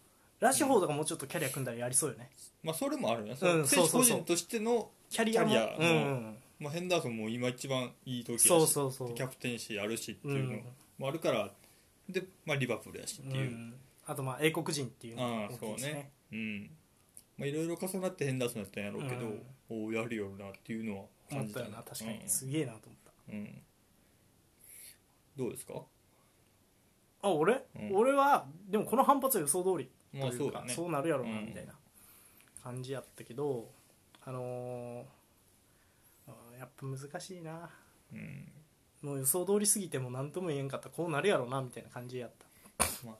Speaker 1: ラッシュフォードがもうちょっとキャリア組んだらやりそうよね
Speaker 2: まあそれもあるよね、
Speaker 1: うん
Speaker 2: 選手
Speaker 1: そう
Speaker 2: 個
Speaker 1: そうそう
Speaker 2: 人としての、
Speaker 1: キャリアも
Speaker 2: キャリア
Speaker 1: う
Speaker 2: も
Speaker 1: ん
Speaker 2: まあ、ヘンダーソンも今一番いい時やし
Speaker 1: そうそうそう
Speaker 2: キャプテンシーあるしって
Speaker 1: う
Speaker 2: いうの
Speaker 1: ん
Speaker 2: もあるから、で、まあ、リバプールやしって
Speaker 1: う
Speaker 2: いう、
Speaker 1: んあとまあ英国人っていうの
Speaker 2: あ
Speaker 1: も
Speaker 2: あ
Speaker 1: 大き
Speaker 2: そ
Speaker 1: いうです
Speaker 2: ね
Speaker 1: ね
Speaker 2: うんまあいろいろ重なってヘンダーソンやったんやろうけど、
Speaker 1: うん
Speaker 2: おおやるよるなっていうのは
Speaker 1: 思
Speaker 2: 感
Speaker 1: っ
Speaker 2: じ
Speaker 1: た
Speaker 2: た
Speaker 1: よ
Speaker 2: ね
Speaker 1: な確かにすげえなと思った
Speaker 2: うん、うんどうですか
Speaker 1: あ俺、
Speaker 2: うん
Speaker 1: 俺はでもこの反発は予想通り
Speaker 2: まあ
Speaker 1: とい
Speaker 2: そう
Speaker 1: う
Speaker 2: だ
Speaker 1: か、
Speaker 2: ね
Speaker 1: そうなるやろうな
Speaker 2: うん
Speaker 1: みたいな感じやったけど、あのーあーやっぱ難しいな
Speaker 2: うん
Speaker 1: もう予想通りすぎても何とも言えんかったこうなるやろうなみたいな感じやった
Speaker 2: ま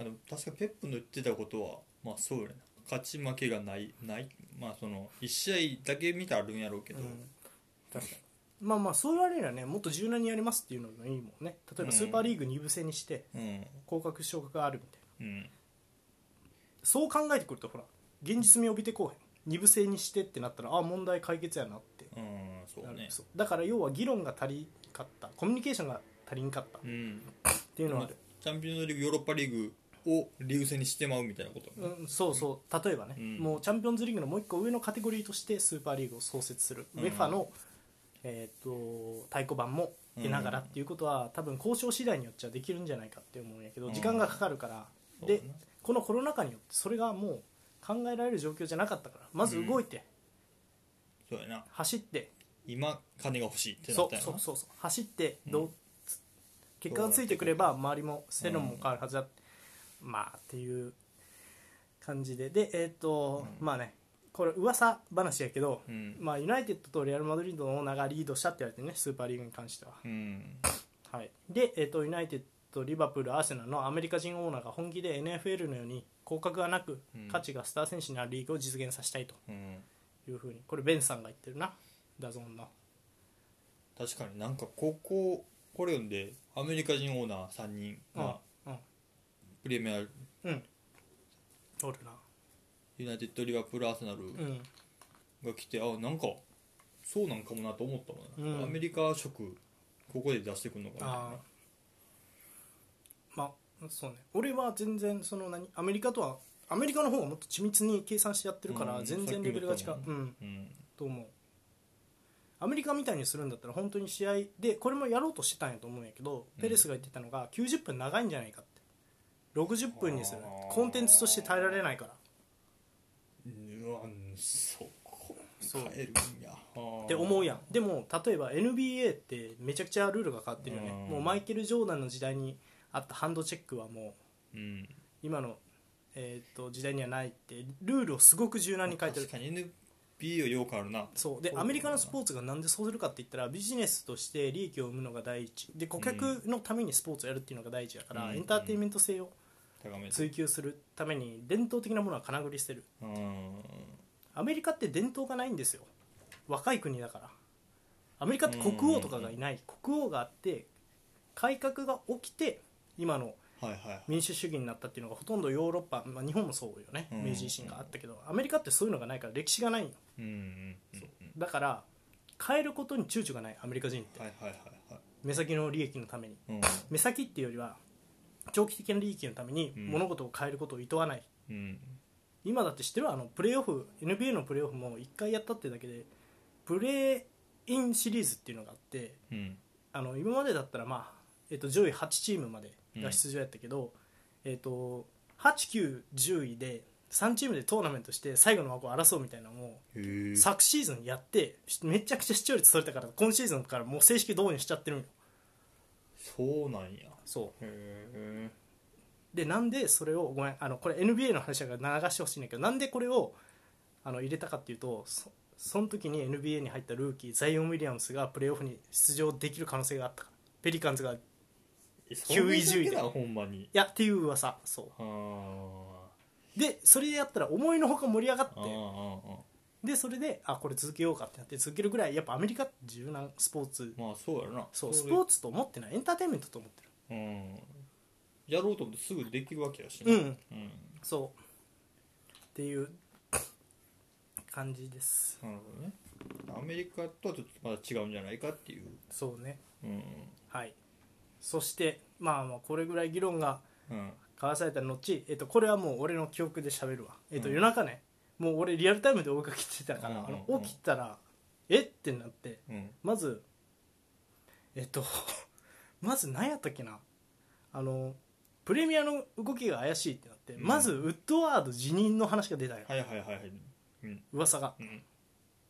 Speaker 2: あ、でも確かペップの言ってたことはまあそうやな勝ち負けがないないまあその1試合だけ見たらあるんやろうけど、
Speaker 1: うん確かにまあまあそう言われりゃねもっと柔軟にやりますっていうのもいいもんね例えばスーパーリーグ2部制にして
Speaker 2: うん
Speaker 1: 降格昇格があるみたいな
Speaker 2: うん
Speaker 1: そう考えてくるとほら現実味帯びてこうへん2部制にしてってなったらああ問題解決やなって
Speaker 2: うんそうね
Speaker 1: そうだから要は議論が足りんかったコミュニケーションが足りんかったっ
Speaker 2: うん
Speaker 1: ていうのはある、
Speaker 2: チャンピオンズリーグヨーロッパリーグを流星にしてまうみたいなこと、
Speaker 1: うん、そうそう例えばね、
Speaker 2: うん
Speaker 1: もうチャンピオンズリーグのもう一個上のカテゴリーとしてスーパーリーグを創設する、
Speaker 2: うん
Speaker 1: ウェファの、えー、と太鼓判も得ながらっていうことは、多分交渉次第によっちゃできるんじゃないかって思うんやけど
Speaker 2: うん
Speaker 1: 時間がかかるから、
Speaker 2: そうだ
Speaker 1: で
Speaker 2: ね
Speaker 1: このコロナ禍によってそれがもう考えられる状況じゃなかったからまず動いて、
Speaker 2: そうやな
Speaker 1: 走って
Speaker 2: 今金が欲しいってな
Speaker 1: そ
Speaker 2: った
Speaker 1: うん
Speaker 2: や
Speaker 1: そ
Speaker 2: ろ
Speaker 1: う
Speaker 2: な
Speaker 1: そうそう走って
Speaker 2: うん
Speaker 1: どう、つ結果がついてくれば周りも世論も変わるはずだ、まあっていう感じででえっ、と、まあねこれ噂話やけど、
Speaker 2: うん
Speaker 1: まあ、ユナイテッドとレアル・マドリードのオーナーがリードしたって言われてるねスーパーリーグに関しては、
Speaker 2: うん
Speaker 1: はい、で、えっとユナイテッドリバプールアーセナルのアメリカ人オーナーが本気で NFL のように降格がなく
Speaker 2: うん
Speaker 1: 価値がスター選手になるリーグを実現させたいと
Speaker 2: うん
Speaker 1: いうふうにこれベンさんが言ってるなダゾーンの
Speaker 2: 確かになんかこここれ読んでアメリカ人オーナー3人が
Speaker 1: うん
Speaker 2: プレミア
Speaker 1: うんおるな
Speaker 2: ユナイテッドリバプールアーセナル
Speaker 1: うん
Speaker 2: が来てあなんかそうなんかもなと思ったもんな、
Speaker 1: うん
Speaker 2: アメリカ色ここで出してくるのかな
Speaker 1: ああまあそうね俺は全然その何アメリカとはアメリカの方がもっと緻密に計算してやってるから
Speaker 2: うん
Speaker 1: 全然レベルが違
Speaker 2: さ
Speaker 1: う
Speaker 2: っ、き
Speaker 1: う
Speaker 2: も
Speaker 1: ん、
Speaker 2: うん
Speaker 1: と思うアメリカみたいにするんだったら本当に試合でこれもやろうとしてたんやと思うんやけど、
Speaker 2: うん
Speaker 1: ペレスが言ってたのが90分長いんじゃないかって60分にする
Speaker 2: あー
Speaker 1: コンテンツとして耐えられないから
Speaker 2: うわそこ
Speaker 1: そう
Speaker 2: 変えるんや
Speaker 1: っ
Speaker 2: って
Speaker 1: 思うやんでも例えば NBA ってめちゃくちゃルールが変わってるよね
Speaker 2: うん
Speaker 1: もうマイケル・ジョーダンの時代にあったハンドチェックはもう
Speaker 2: うん
Speaker 1: 今の、えー、と時代にはないってルールをすごく柔軟に変えてる
Speaker 2: 確かに NBA はよう変わるな
Speaker 1: そうで
Speaker 2: そうだな
Speaker 1: アメリカのスポーツがなんでそうするかって言ったらビジネスとして利益を生むのが第一で顧客のためにスポーツをやるっていうのが第一だから、
Speaker 2: うん
Speaker 1: エンターテインメント性を
Speaker 2: 高めて
Speaker 1: 追求するために伝統的なものは金繰りしてる
Speaker 2: うん
Speaker 1: アメリカって伝統がないんですよ若い国だからアメリカって国王とかがいない国王があって改革が起きて今の
Speaker 2: はいはい
Speaker 1: 民主主義になったっていうのがほとんどヨーロッパ、まあ、日本もそうよね
Speaker 2: うん
Speaker 1: 明治維新があったけどアメリカってそういうのがないから歴史がないよ
Speaker 2: うんうんうんうん
Speaker 1: だから変えることに躊躇がないアメリカ人って
Speaker 2: はいはいはいはい
Speaker 1: 目先の利益のために
Speaker 2: うん
Speaker 1: 目先っていうよりは長期的な利益のために
Speaker 2: うん
Speaker 1: 物事を変えることを厭わないっ
Speaker 2: うん
Speaker 1: 今だって知ってるあのプレーオフ NBA のプレーオフも1回やったってだけでプレーインシリーズっていうのがあって
Speaker 2: うん
Speaker 1: あの今までだったら、まあえっと上位8チームまでが出場やったけど、えっと8910位で3チームでトーナメントして最後の枠を争うみたいなのを
Speaker 2: へえ
Speaker 1: 昨シーズンやってめちゃくちゃ視聴率取れたから今シーズンからもう正式導入しちゃってるんよ
Speaker 2: そうなんや
Speaker 1: そ
Speaker 2: へえ
Speaker 1: うでなんでそれをごめんあのこれ NBA の話だから流してほしいんだけどなんでこれをあの入れたかっていうとそその時に NBA に入ったルーキーザイオン・ウィリアムスがプレーオフに出場できる可能性があったからペリカンズがい9位10位で
Speaker 2: だほんまに
Speaker 1: やっていう噂そ
Speaker 2: あー
Speaker 1: うでそれでやったら思いのほか盛り上がっ
Speaker 2: あー
Speaker 1: て
Speaker 2: あーあ
Speaker 1: でそれであこれ続けようかってなって続けるぐらいやっぱアメリカって柔軟スポーツ
Speaker 2: ーまあそうやろな
Speaker 1: そう
Speaker 2: れ
Speaker 1: スポーツと思ってないエンターテインメントと思ってる
Speaker 2: うんやろうと思ってすぐできるわけやし
Speaker 1: う
Speaker 2: ね
Speaker 1: ん
Speaker 2: うん
Speaker 1: そうっていう 感じです
Speaker 2: なるほどねアメリカとはちょっとまた違うんじゃないかっていう
Speaker 1: そうね
Speaker 2: うん
Speaker 1: はいそしてまあまあこれぐらい議論が
Speaker 2: うん
Speaker 1: 交わされた後、えっとこれはもう俺の記憶で喋るわ、えっと
Speaker 2: うん
Speaker 1: 夜中ねもう俺リアルタイムで追いかけてたから、
Speaker 2: うんうんうん
Speaker 1: あの起きたらえってなって
Speaker 2: うん
Speaker 1: まずえっと まず何やったっけなあのプレミアの動きが怪しいってなって、
Speaker 2: うん
Speaker 1: まずウッドワード辞任の話が出たよ、
Speaker 2: はいはいはいはいうん
Speaker 1: 噂が
Speaker 2: うん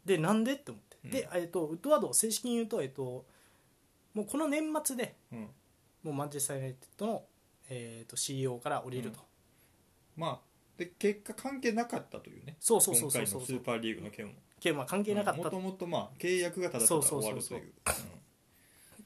Speaker 1: でなんでって思って、
Speaker 2: うん
Speaker 1: で、えっとウッドワードを正式に言うと、えっともうこの年末で
Speaker 2: うん
Speaker 1: もうマンチェスター・ユナイテッドの、えっと CEO から降りると、
Speaker 2: うんまあで結果関係なかったというね
Speaker 1: そうそうそ
Speaker 2: 今
Speaker 1: うそ
Speaker 2: 回
Speaker 1: う
Speaker 2: の
Speaker 1: そう
Speaker 2: スーパーリーグの件も
Speaker 1: けどまあ関係なかった
Speaker 2: もともとまあ契約がただただ終わると
Speaker 1: そうそう
Speaker 2: い
Speaker 1: そう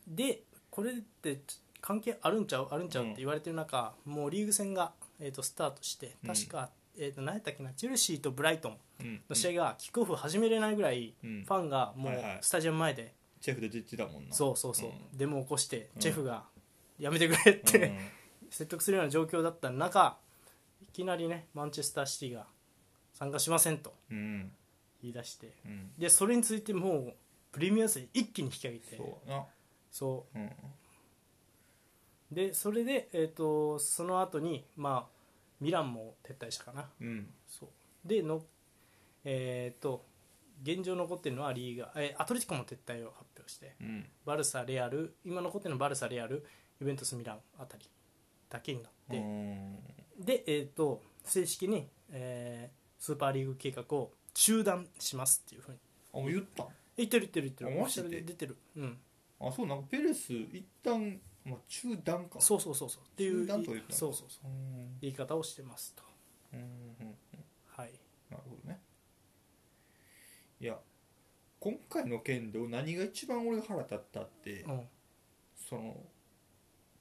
Speaker 1: でこれって関係あるんちゃうあるんちゃうっ
Speaker 2: うん
Speaker 1: て言われてる中、もうリーグ戦が、えっとスタートして
Speaker 2: うん
Speaker 1: 確か、えっと何やったっけなチェルシーとブライトン
Speaker 2: うんうん
Speaker 1: の試合がキックオフ始めれないぐらい、
Speaker 2: うん
Speaker 1: ファンがもう
Speaker 2: はいはい
Speaker 1: スタジアム前で、
Speaker 2: チェフで出てたもんな
Speaker 1: そうそうそう、
Speaker 2: うん
Speaker 1: デモを起こして
Speaker 2: うん
Speaker 1: チェフが「やめてくれ」って、
Speaker 2: うん
Speaker 1: 説得するような状況だった中いきなりねマンチェスターシティが参加しませんと
Speaker 2: うん
Speaker 1: 言い出して
Speaker 2: うん
Speaker 1: でそれについてもうプレミアス一気に引き上げて
Speaker 2: そうやな
Speaker 1: そ
Speaker 2: うん
Speaker 1: うでそれで、えー、とその後にまあミランも撤退したかな
Speaker 2: うん
Speaker 1: そうでのえっ、と現状残ってるのはリーガ、えーアトレティコも撤退を発表して
Speaker 2: うん
Speaker 1: バルサレアル今残ってるのはバルサレアルユベントスミランあたりだけになって、
Speaker 2: うん
Speaker 1: で、えー、と正式に、えースーパーリーグ計画を中断しますっていうふうに
Speaker 2: あもう言ったん
Speaker 1: 言ってる言ってる言ってる
Speaker 2: あマ
Speaker 1: オ
Speaker 2: ジで
Speaker 1: フィシャル出てるうん
Speaker 2: あそうなんかペレス一旦まあ中断か
Speaker 1: そうそうそうそうっていう
Speaker 2: 中断というか
Speaker 1: そうそうそう
Speaker 2: うん
Speaker 1: 言い方をしてますと
Speaker 2: うんうん
Speaker 1: はい
Speaker 2: なるほどねいや今回の件で何が一番俺が腹立ったって、
Speaker 1: うん
Speaker 2: その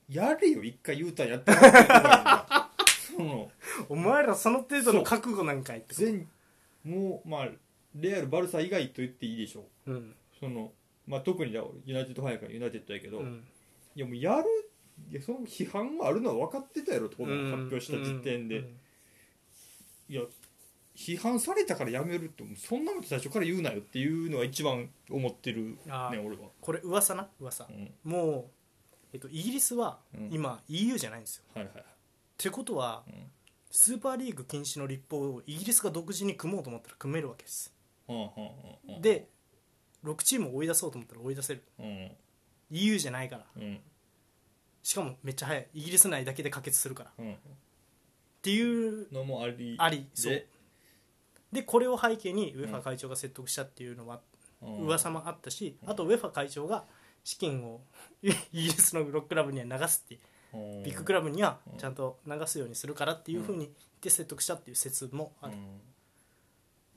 Speaker 2: やれよ一回言うたんやったらってことだよね
Speaker 1: お前らその程度の覚悟なんかいって
Speaker 2: そ
Speaker 1: こ
Speaker 2: の全もうまあレアルバルサ以外と言っていいでしょ
Speaker 1: と
Speaker 2: う
Speaker 1: うん
Speaker 2: そのまあ特にだユナイテッドファンやからユナイテッドやけど、
Speaker 1: うん
Speaker 2: いやもうやるいやその批判があるのは分かってたやろってこと発表した時点で、
Speaker 1: うん
Speaker 2: いや批判されたからやめるってもうそんなこと最初から言うなよっていうのが一番思ってるね
Speaker 1: あー
Speaker 2: 俺は、
Speaker 1: これ噂な噂
Speaker 2: うん、はい
Speaker 1: もう、えっと、イギリスは
Speaker 2: うん
Speaker 1: 今 EU じゃないんですよ、
Speaker 2: はいはい
Speaker 1: ってことは
Speaker 2: うん
Speaker 1: スーパーリーグ禁止の立法をイギリスが独自に組もうと思ったら組めるわけです
Speaker 2: うんうんうんうん
Speaker 1: で6チームを追い出そうと思ったら追い出せる
Speaker 2: うん、
Speaker 1: EU じゃないから
Speaker 2: うん
Speaker 1: しかもめっちゃ早いイギリス内だけで可決するからっ
Speaker 2: うん、
Speaker 1: ていう
Speaker 2: のもあり
Speaker 1: ありそう
Speaker 2: で、
Speaker 1: でこれを背景に UEFA 会長が説得したっていうのは
Speaker 2: うん
Speaker 1: 噂もあったし、あと UEFA 会長が資金をイギリスのロッククラブには流すって
Speaker 2: うん
Speaker 1: ビッグクラブには
Speaker 2: うん
Speaker 1: ちゃんと流すようにするからっていうふうに言って説得したっていう説もある、
Speaker 2: うん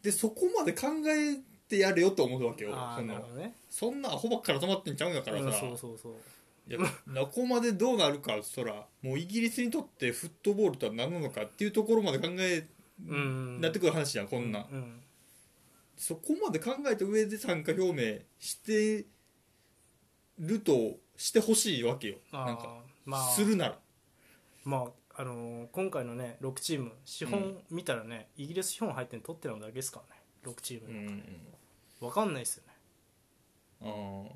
Speaker 2: でそこまで考えてやれよと思うわけよ
Speaker 1: ああ
Speaker 2: そ
Speaker 1: なる
Speaker 2: の
Speaker 1: ほどね
Speaker 2: そんなアホばっから止まってんちゃうんやからさ、
Speaker 1: うんそうそうそう
Speaker 2: いやどこまでどうなるかそらもうイギリスにとってフットボールとは何なのかっていうところまで考え
Speaker 1: うん
Speaker 2: なってくる話じゃんこんなん、
Speaker 1: うん
Speaker 2: そこまで考えた上で参加表明してるとしてほしいわけよ
Speaker 1: あー
Speaker 2: なんか、
Speaker 1: まあ
Speaker 2: するなら
Speaker 1: まああのー今回のね6チーム資本見たらね、イギリス資本入ってるの取ってるのだけですからね6チーム
Speaker 2: う
Speaker 1: の、
Speaker 2: ん
Speaker 1: わかんないですよね
Speaker 2: あー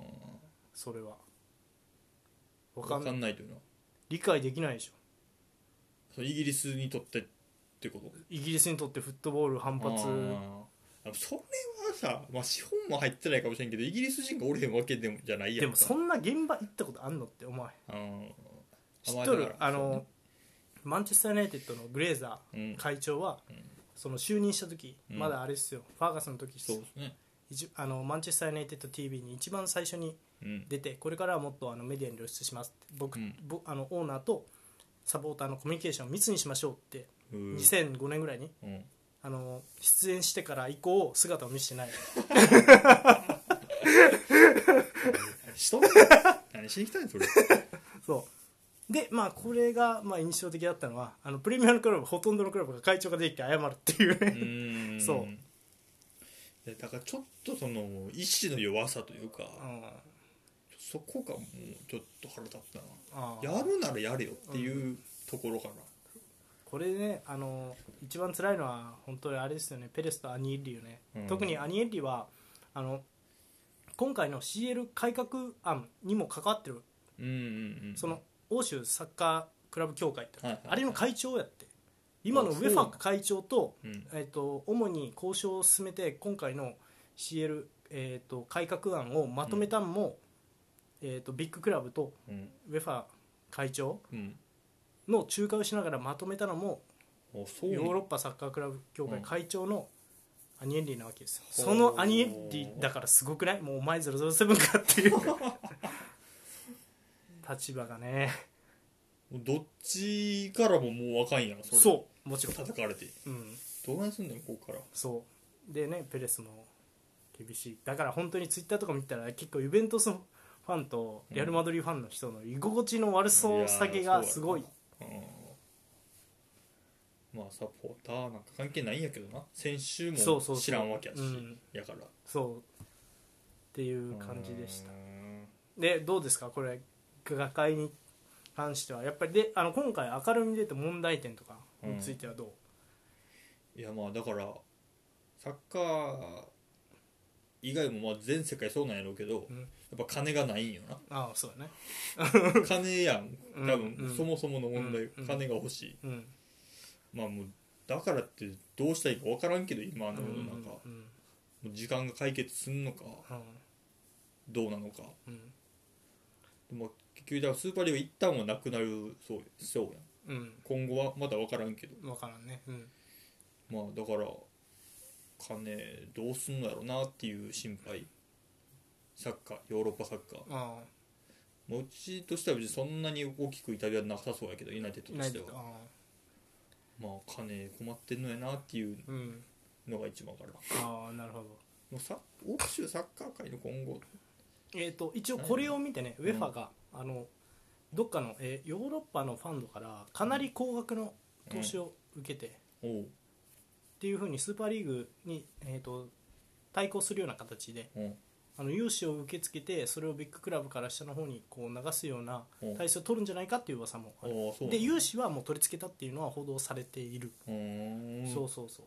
Speaker 1: それはわか
Speaker 2: わ
Speaker 1: ん
Speaker 2: か
Speaker 1: ない
Speaker 2: んないというのは
Speaker 1: 理解できないでしょ
Speaker 2: そのイギリスにとってってこと
Speaker 1: イギリスにとってフットボール反発
Speaker 2: あーそれはさ、まあ、資本も入ってないかもしれんけどイギリス人がおれへんわけでもじゃないやん
Speaker 1: でもそ
Speaker 2: ん
Speaker 1: んな現場行ったことあんのってお前知っとるあのマンチェスター・ユナイテッドのグレーザ
Speaker 2: うん
Speaker 1: ー会長は、その就任した時、
Speaker 2: うん
Speaker 1: まだあれですよファーガスの時です
Speaker 2: そう
Speaker 1: よ
Speaker 2: ですね
Speaker 1: 一あのマンチェスター・ユナイテッド TV に一番最初に
Speaker 2: うん
Speaker 1: 出てこれからはもっとあのメディアに露出しますって僕、
Speaker 2: うん
Speaker 1: ぼあのオーナーとサポーターのコミュニケーションを密にしましょうって、
Speaker 2: うん
Speaker 1: 2005年ぐらいに
Speaker 2: うん
Speaker 1: あの出演してから以降姿を見せてない
Speaker 2: しとんねん 何しに来たんやそれ
Speaker 1: そうでまあこれがまあ印象的だったのはあのプレミアムクラブほとんどのクラブが会長が出てきて謝るっていうね、
Speaker 2: うん
Speaker 1: そう
Speaker 2: いやだからちょっとその意志の弱さというか、
Speaker 1: うんあ
Speaker 2: そこがもうちょっと腹立ったな
Speaker 1: あ
Speaker 2: やるならやれよっていうところかな、
Speaker 1: これねあの一番辛いのは本当にあれですよねペレスとアニエッリよね、
Speaker 2: うん
Speaker 1: 特にアニエッリはあの今回の CL 改革案にも関わってる
Speaker 2: うんうんうん
Speaker 1: その欧州サッカークラブ協会って、
Speaker 2: はいはいはい
Speaker 1: あれの会長やって今の
Speaker 2: あ
Speaker 1: ウ
Speaker 2: そうな
Speaker 1: ェ
Speaker 2: ん
Speaker 1: ファ会長と,、
Speaker 2: うん
Speaker 1: えっと主に交渉を進めて今回の CL、えっと改革案をまとめたんも、えっとビッグクラブと
Speaker 2: うん
Speaker 1: ウェファ会長
Speaker 2: うん
Speaker 1: の仲介をしながらまとめたのも
Speaker 2: あそう
Speaker 1: ヨ
Speaker 2: な
Speaker 1: ー
Speaker 2: ん
Speaker 1: ロ
Speaker 2: だ
Speaker 1: ッパサッカークラブ協
Speaker 2: う
Speaker 1: 会
Speaker 2: ん
Speaker 1: 会長のアニエンリーなわけですよ、
Speaker 2: ほ
Speaker 1: そ
Speaker 2: う
Speaker 1: のアニエンリーだからすごくないもうお前007かって いう立場がね
Speaker 2: どっちからももうあかんやんそれ
Speaker 1: そうもちろん、
Speaker 2: 叩かれて
Speaker 1: うん、
Speaker 2: どうなんすんねんここから
Speaker 1: そうでねペレスも厳しいだから本当にツイッターとか見たら結構ユベントスファンとレアル・マドリーファンの人の居心地の悪そうさげがすごい
Speaker 2: いやーそうやなうんまあサポーターなんか関係ないんやけどな先週も
Speaker 1: そうそうそう
Speaker 2: 知らんわけやし
Speaker 1: うん
Speaker 2: やから
Speaker 1: そうっていう感じでした
Speaker 2: うん
Speaker 1: でどうですかこれ画界に関してはやっぱりであの今回明るみに出た問題点とかについてはどう、
Speaker 2: いやまあだからサッカー以外もまあ全世界そうなんやろうけど、
Speaker 1: うん
Speaker 2: やっぱ金がないんよな
Speaker 1: ああそうだね
Speaker 2: 金やん多
Speaker 1: うん
Speaker 2: 分、
Speaker 1: うん
Speaker 2: そもそもの問題、
Speaker 1: うんうん
Speaker 2: 金が欲しい
Speaker 1: うん
Speaker 2: まあもうだからってどうしたらいいか分からんけど今の世の中、も
Speaker 1: うんうん
Speaker 2: う時間が解決すんのか
Speaker 1: うん
Speaker 2: どうなのか
Speaker 1: うん
Speaker 2: でも結局だからスーパーリーグ一旦はなくなるそうそうやん
Speaker 1: うん
Speaker 2: 今後はまだ分からんけど
Speaker 1: 分からんねうん
Speaker 2: まあだから金どうすんのやろなっていう心配サッカーヨーロッパサッカー
Speaker 1: ああ
Speaker 2: まあうちとしては別にそんなに大きく痛みはなさそうやけどユナイテッドと
Speaker 1: な
Speaker 2: し
Speaker 1: い
Speaker 2: て
Speaker 1: と
Speaker 2: は
Speaker 1: あ
Speaker 2: まあ金困ってんのやなっていう
Speaker 1: あうん
Speaker 2: のが一番からも
Speaker 1: ああなるほど
Speaker 2: うさ欧州サッカー界の今後
Speaker 1: えー、と一応これを見てね、
Speaker 2: ん
Speaker 1: ウェファがあのどっかの、えーヨーロッパのファンドからかなり高額の投資を受けて、っ
Speaker 2: おう
Speaker 1: ていうふうにスーパーリーグに、えー、と対抗するような形で
Speaker 2: うん
Speaker 1: あの融資を受け付けてそれをビッグクラブから下の方にこう流すような
Speaker 2: うん
Speaker 1: 体制を取るんじゃないかっていう噂もあ
Speaker 2: ああ
Speaker 1: る
Speaker 2: そうなんだ
Speaker 1: で融資はもう取り付けたっていうのは報道されている、
Speaker 2: うーん
Speaker 1: そうそうそう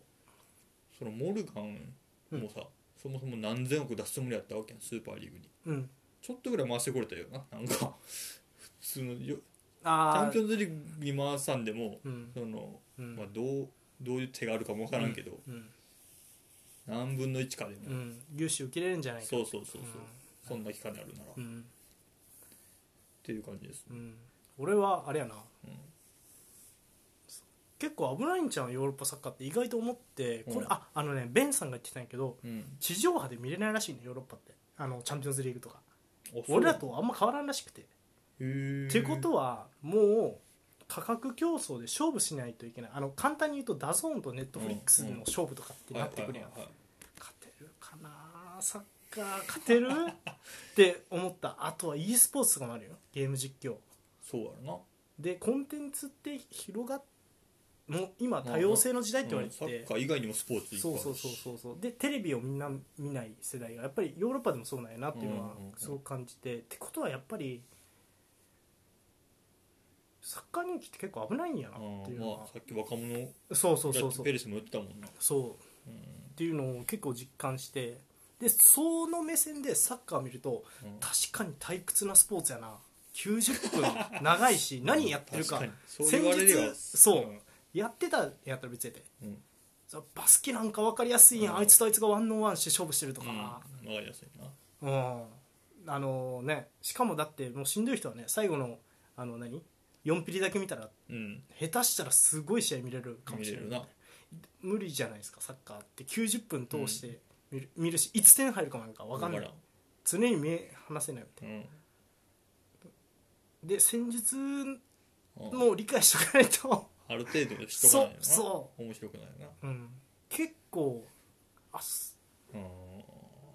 Speaker 2: そのモルガンもさ、そもそも何千億出すつもりやったわけやんスーパーリーグに
Speaker 1: うん
Speaker 2: ちょっとぐらい回してこれたよななんか普通のよチャ
Speaker 1: あ
Speaker 2: ンピオンズリーグに回さんでも
Speaker 1: あうん
Speaker 2: その、
Speaker 1: うん
Speaker 2: まあ、どうどういう手があるかも分からんけど、
Speaker 1: うん
Speaker 2: 何分の1かで
Speaker 1: う
Speaker 2: も、
Speaker 1: ん融資受けれるんじゃないか
Speaker 2: そうそうそうそう、
Speaker 1: うん
Speaker 2: そんな期間にあるなら、
Speaker 1: う
Speaker 2: っ
Speaker 1: ん
Speaker 2: ていう感じです、
Speaker 1: うん、俺はあれやな、
Speaker 2: うん
Speaker 1: 結構危ないんちゃうヨーロッパサッカーって意外と思ってこれ、
Speaker 2: うん
Speaker 1: ああのねベンさんが言ってたんやけど
Speaker 2: うん、
Speaker 1: 地上波で見れないらしいねヨーロッパってあのチャンピオンズリーグとか
Speaker 2: あそう
Speaker 1: 俺らとあんま変わらんらしくて、
Speaker 2: へー
Speaker 1: ってことはもう価格競争で勝負しないといけないあの簡単に言うとダゾーンとネットフリックスの勝負とかってなってくるやん、
Speaker 2: はいはいはい
Speaker 1: 勝てるかなサッカー勝てるって思ったあとは e スポーツとかもあるよゲーム実況
Speaker 2: そうやろ
Speaker 1: でコンテンツって広がっもう今多様性の時代
Speaker 2: な
Speaker 1: って言われ
Speaker 2: うん
Speaker 1: て
Speaker 2: サッカ
Speaker 1: て
Speaker 2: ー以外にもスポーツいっぱい
Speaker 1: そ
Speaker 2: あ
Speaker 1: う
Speaker 2: るし
Speaker 1: そうそうそうそうでテレビをみんな見ない世代がやっぱりヨーロッパでもそうなんやなっていうのは
Speaker 2: うんうんうん
Speaker 1: すごく感じてってことはやっぱりサッカー人気って結構危ないんやなっていう
Speaker 2: うん
Speaker 1: の
Speaker 2: まあ
Speaker 1: は、
Speaker 2: さっき若者だ
Speaker 1: そうそうそう
Speaker 2: って
Speaker 1: そう
Speaker 2: ペレスも言ってたもんな
Speaker 1: そう
Speaker 2: うん
Speaker 1: っていうのを結構実感してでその目線でサッカーを見ると
Speaker 2: うん
Speaker 1: 確かに退屈なスポーツやな90分長いし何やってるか
Speaker 2: 確にそう言われれば
Speaker 1: 先日そうやってたんやったら別やで
Speaker 2: うん、うん、
Speaker 1: そのバスケなんか分かりやすいやん、
Speaker 2: うん
Speaker 1: あいつとあいつがワンオンワンして勝負してると
Speaker 2: 分か
Speaker 1: か、
Speaker 2: りやすいな
Speaker 1: うんあのね、しかもだってもうしんどい人はね最後のあの何4ピリだけ見たら
Speaker 2: うん
Speaker 1: 下手したらすごい試合見れるかも
Speaker 2: 見
Speaker 1: し
Speaker 2: れ
Speaker 1: れない
Speaker 2: るな
Speaker 1: 無理じゃないですかサッカーって90分通して見る,、見るしいつ点入るかなんか分かんない
Speaker 2: わ
Speaker 1: 常に目離せないみたい
Speaker 2: らん
Speaker 1: なで戦術
Speaker 2: うんうん
Speaker 1: も理解しとかないと、
Speaker 2: ある程度しとかないよ
Speaker 1: そう
Speaker 2: な
Speaker 1: そ
Speaker 2: 面白くないよな
Speaker 1: うん、結構あそ
Speaker 2: うん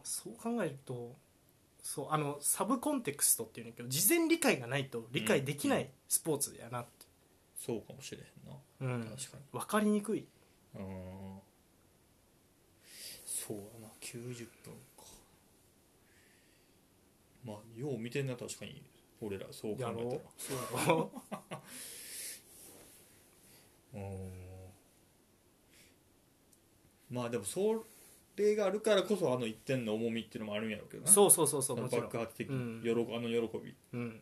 Speaker 1: そう考えるとそうあのサブコンテクストっていうんだけど事前理解がないと理解できな
Speaker 2: う
Speaker 1: いスポーツやなって、
Speaker 2: そうかもしれへんな
Speaker 1: うん
Speaker 2: 確か
Speaker 1: 分かりにくい
Speaker 2: にうんそうやな90分かまあよう見てんな確かに俺らそう考
Speaker 1: や
Speaker 2: え
Speaker 1: ろうそうやろう
Speaker 2: たらうんまあでもそれがあるからこそあの一点の重みっていうのもあるんやろうけどな
Speaker 1: そうそうそうそう
Speaker 2: その
Speaker 1: もちろん
Speaker 2: 爆発的、
Speaker 1: うん
Speaker 2: 喜あの喜び
Speaker 1: うん、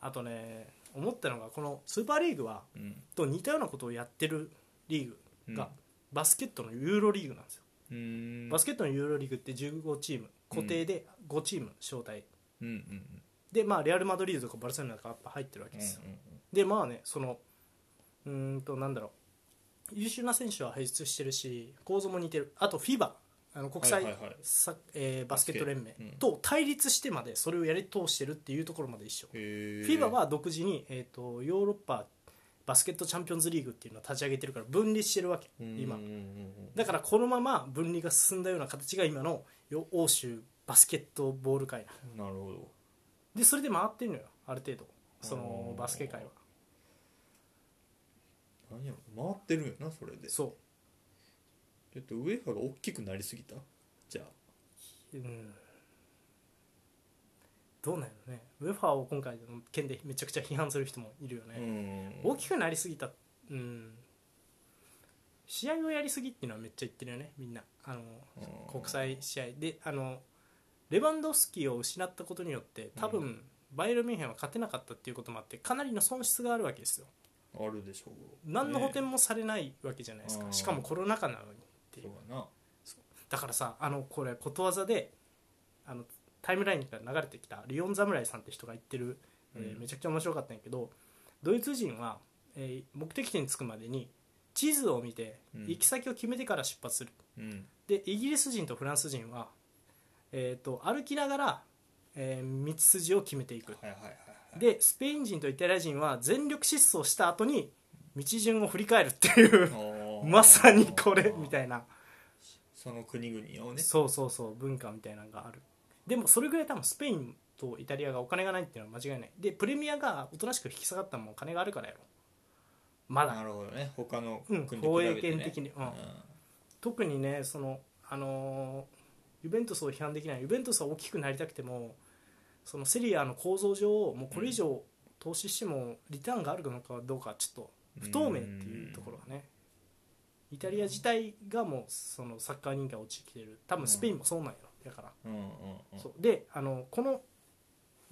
Speaker 1: あとね思ったのがこのスーパーリーグは
Speaker 2: うん
Speaker 1: と似たようなことをやってるリーグ
Speaker 2: うん
Speaker 1: が、バスケットのユーロリーグなんですよ、
Speaker 2: うん
Speaker 1: バスケットのユーロリーグって15チーム固定で5チーム招待、
Speaker 2: うんうんうん
Speaker 1: でまあレアル・マドリードとかバルセロナとかやっぱ入ってるわけ
Speaker 2: うん
Speaker 1: ですよ、でまあねそのうーんとなんだろう優秀な選手は輩出してるし構造も似てるあと FIBA あの国際
Speaker 2: はいはいはい
Speaker 1: サえーバスケット連盟
Speaker 2: バスケうん
Speaker 1: と対立してまでそれをやり通してるっていうところまで一緒、
Speaker 2: へー
Speaker 1: FIBA は独自に、えー、とヨーロッパバスケットチャンピオンズリーグっていうのを立ち上げてるから分離してるわけ
Speaker 2: うん
Speaker 1: 今
Speaker 2: うんうんうん
Speaker 1: だからこのまま分離が進んだような形が今のよ欧州バスケットボール界な
Speaker 2: なるほど
Speaker 1: でそれで回ってるのよある程度その
Speaker 2: おー
Speaker 1: バスケ界は
Speaker 2: 何やろ回ってるんやなそれでち
Speaker 1: そ
Speaker 2: ょっとウェファが大きくなりすぎたじゃあ
Speaker 1: う、うん、どうなんやろねウェファーを今回の件でめちゃくちゃ批判する人もいるよね、大きくなりすぎたうん試合をやりすぎっていうのはめっちゃ言ってるよねみんなあの国際試合であのレバンドフスキを失ったことによって多分、
Speaker 2: う
Speaker 1: バイエルンミュンヘンは勝てなかったっていうこともあってかなりの損失があるわけですよ
Speaker 2: あるでしょう
Speaker 1: 何の補填
Speaker 2: も
Speaker 1: もされないわけじゃないですか、
Speaker 2: うん
Speaker 1: しかもコロナ禍なのにってい
Speaker 2: そううやな
Speaker 1: だからさあのこれことわざであのタイムラインから流れてきたリオン侍さんって人が言ってる、えー
Speaker 2: うん
Speaker 1: めちゃくちゃ面白かったんやけどドイツ人は、えー目的地に着くまでに地図を見て
Speaker 2: うん
Speaker 1: 行き先を決めてから出発する、
Speaker 2: うん
Speaker 1: でイギリス人とフランス人は、えー、と歩きながら、えー道筋を決めていく、
Speaker 2: はいはいはいはい
Speaker 1: でスペイン人とイタリア人は全力疾走した後に道順を振り返るっていう まさにこれみ
Speaker 2: いな
Speaker 1: たいな
Speaker 2: その国々をね
Speaker 1: そうそうそう文化みたいなのがあるでもそれぐらい多分スペインとイタリアがお金がないっていうのは間違いないでプレミアがおとなしく引き下がったのもお金があるからやろまだ
Speaker 2: なるほどね他の
Speaker 1: うん
Speaker 2: 国と比べてね
Speaker 1: 放映権的にうん特にねそのあのーユベントスを批判できないユベントスは大きくなりたくてもそのセリアの構造上もうこれ以上投資してもリターンがあるのかどうかちょっと不透明っていうところがねイタリア自体がもうそのサッカー人気が落ちてきてる多分スペインもそうなんよだから
Speaker 2: うんうんうん
Speaker 1: そうであのこの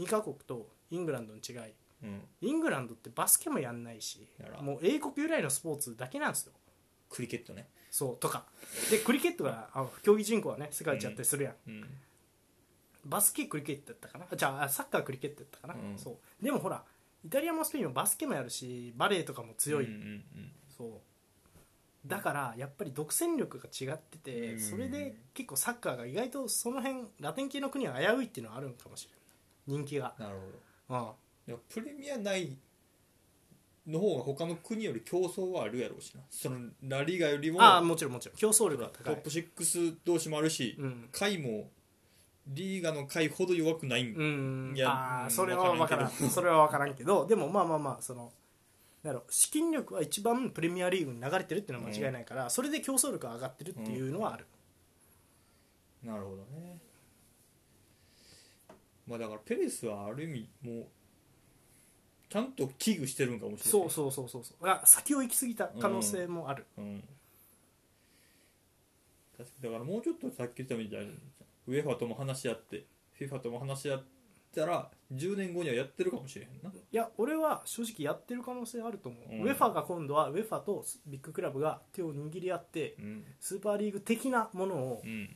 Speaker 1: 2カ国とイングランドの違い
Speaker 2: うん
Speaker 1: イングランドってバスケもやんないし
Speaker 2: やら
Speaker 1: もう英国由来のスポーツだけなんですよ
Speaker 2: クリケットね
Speaker 1: そうとかでクリケットがあの競技人口はね世界一あったりするやん、
Speaker 2: うん
Speaker 1: バスケクリケットやったかなあじゃああサッカークリケットやったかな、
Speaker 2: うん
Speaker 1: そうでもほらイタリアもスペインもバスケもやるしバレーとかも強い、
Speaker 2: うんうんうん
Speaker 1: そうだからやっぱり独占力が違ってて、
Speaker 2: うん
Speaker 1: それで結構サッカーが意外とその辺ラテン系の国は危ういっていうのはあるんかもしれない人気が、
Speaker 2: なるほど
Speaker 1: うん、
Speaker 2: いやプレミア内の方が他の国より競争はあるやろうしなそのラリーガよりも
Speaker 1: ああもちろんもちろん競争力が
Speaker 2: ト
Speaker 1: 高
Speaker 2: ッ
Speaker 1: い
Speaker 2: プ6同士もあるし、
Speaker 1: うん
Speaker 2: 下位もリーガの下位ほど弱くないん、
Speaker 1: うーん
Speaker 2: いや
Speaker 1: あ
Speaker 2: う
Speaker 1: あ
Speaker 2: ん
Speaker 1: それは分
Speaker 2: わ
Speaker 1: か
Speaker 2: からら
Speaker 1: ん
Speaker 2: ん
Speaker 1: それは分からんけどでもまあまあまあそのなんだろう資金力は一番プレミアリーグに流れてるっていうのは間違いないから、それで競争力が上がってるっていうのはある、
Speaker 2: なるほどねまあだからペレスはある意味もうちゃんと危惧してるんかもしれな
Speaker 1: そ
Speaker 2: いう
Speaker 1: そうそうそうそうが先を行き過ぎた可能性もある、
Speaker 2: うん、確かだからもうちょっとさっき言ったみたいにウェファとも話し合って FIFA とも話し合ったら10年後にはやってるかもしれへんな、
Speaker 1: いや俺は正直やってる可能性あると思う、
Speaker 2: うん
Speaker 1: ウェファが今度はウェファとビッグクラブが手を握り合って
Speaker 2: うん
Speaker 1: スーパーリーグ的なものを
Speaker 2: うん、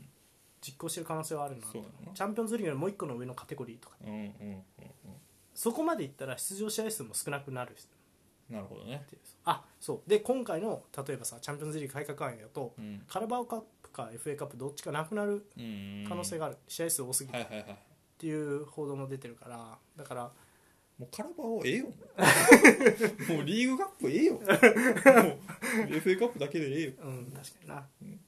Speaker 1: 実行してる可能性はあるなと
Speaker 2: そうだな
Speaker 1: チャンピオンズリーグのもう一個の上のカテゴリーとか
Speaker 2: うんうんうん
Speaker 1: そこまでいったら出場試合数も少なくなるし
Speaker 2: うんなるほどね、
Speaker 1: あそうで今回の例えばさチャンピオンズリーグ改革案だと、
Speaker 2: うん
Speaker 1: カラバオカップか FA カップどっちかなくなる
Speaker 2: うん、
Speaker 1: 可能性が
Speaker 2: が
Speaker 1: ある、試合数多すぎて
Speaker 2: は
Speaker 1: っ
Speaker 2: いはいはい
Speaker 1: ていう報道も出てるからだから
Speaker 2: もうカラバオえ えよもうリーグカップええよもう FA カップだけでええよ
Speaker 1: うん確かにな、
Speaker 2: うん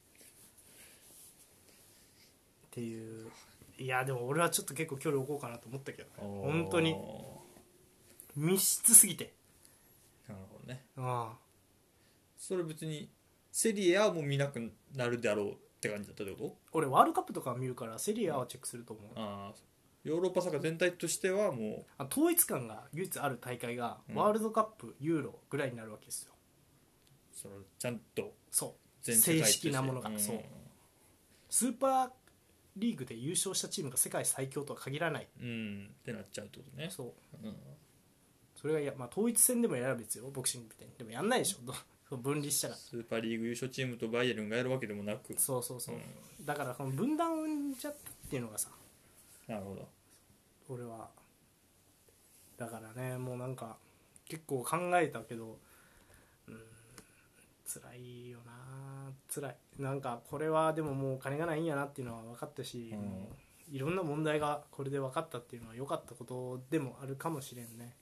Speaker 1: っていういやでも俺はちょっと結構距離置こうかなと思ったけどね本当に密室すぎて
Speaker 2: なるほどね
Speaker 1: ああ
Speaker 2: それ別にセリエはもう見なくなるであろうって感じだったってこ
Speaker 1: 俺ワールドカップとか見るからセリアはチェックすると思う
Speaker 2: とああヨーロッパサッカー全体としてはも
Speaker 1: あ統一感が唯一ある大会が
Speaker 2: うん
Speaker 1: ワールドカップ、ユーロぐらいになるわけですよ
Speaker 2: うそのちゃんと
Speaker 1: そう
Speaker 2: 全世界として
Speaker 1: 正式なものがそうスーパーリーグで優勝したチームが世界最強とは限らない
Speaker 2: うんってなっちゃうってことね
Speaker 1: そう
Speaker 2: うん
Speaker 1: それがいや、まあ、統一戦でもやれば別よボクシングみたいにでもやんないでしょどそう 分離したら
Speaker 2: スーパーリーグ優勝チームとバイエルンがやるわけでもなく
Speaker 1: そうそうそう、
Speaker 2: う
Speaker 1: だからこの分断を生んじゃったっていうのがさ
Speaker 2: なるほど
Speaker 1: 俺はだからねもうなんか結構考えたけどうん辛いよな辛いなんかこれはでももうお金がないんやなっていうのは分かったし、
Speaker 2: うん
Speaker 1: もういろんな問題がこれで分かったっていうのは良かったことでもあるかもしれんね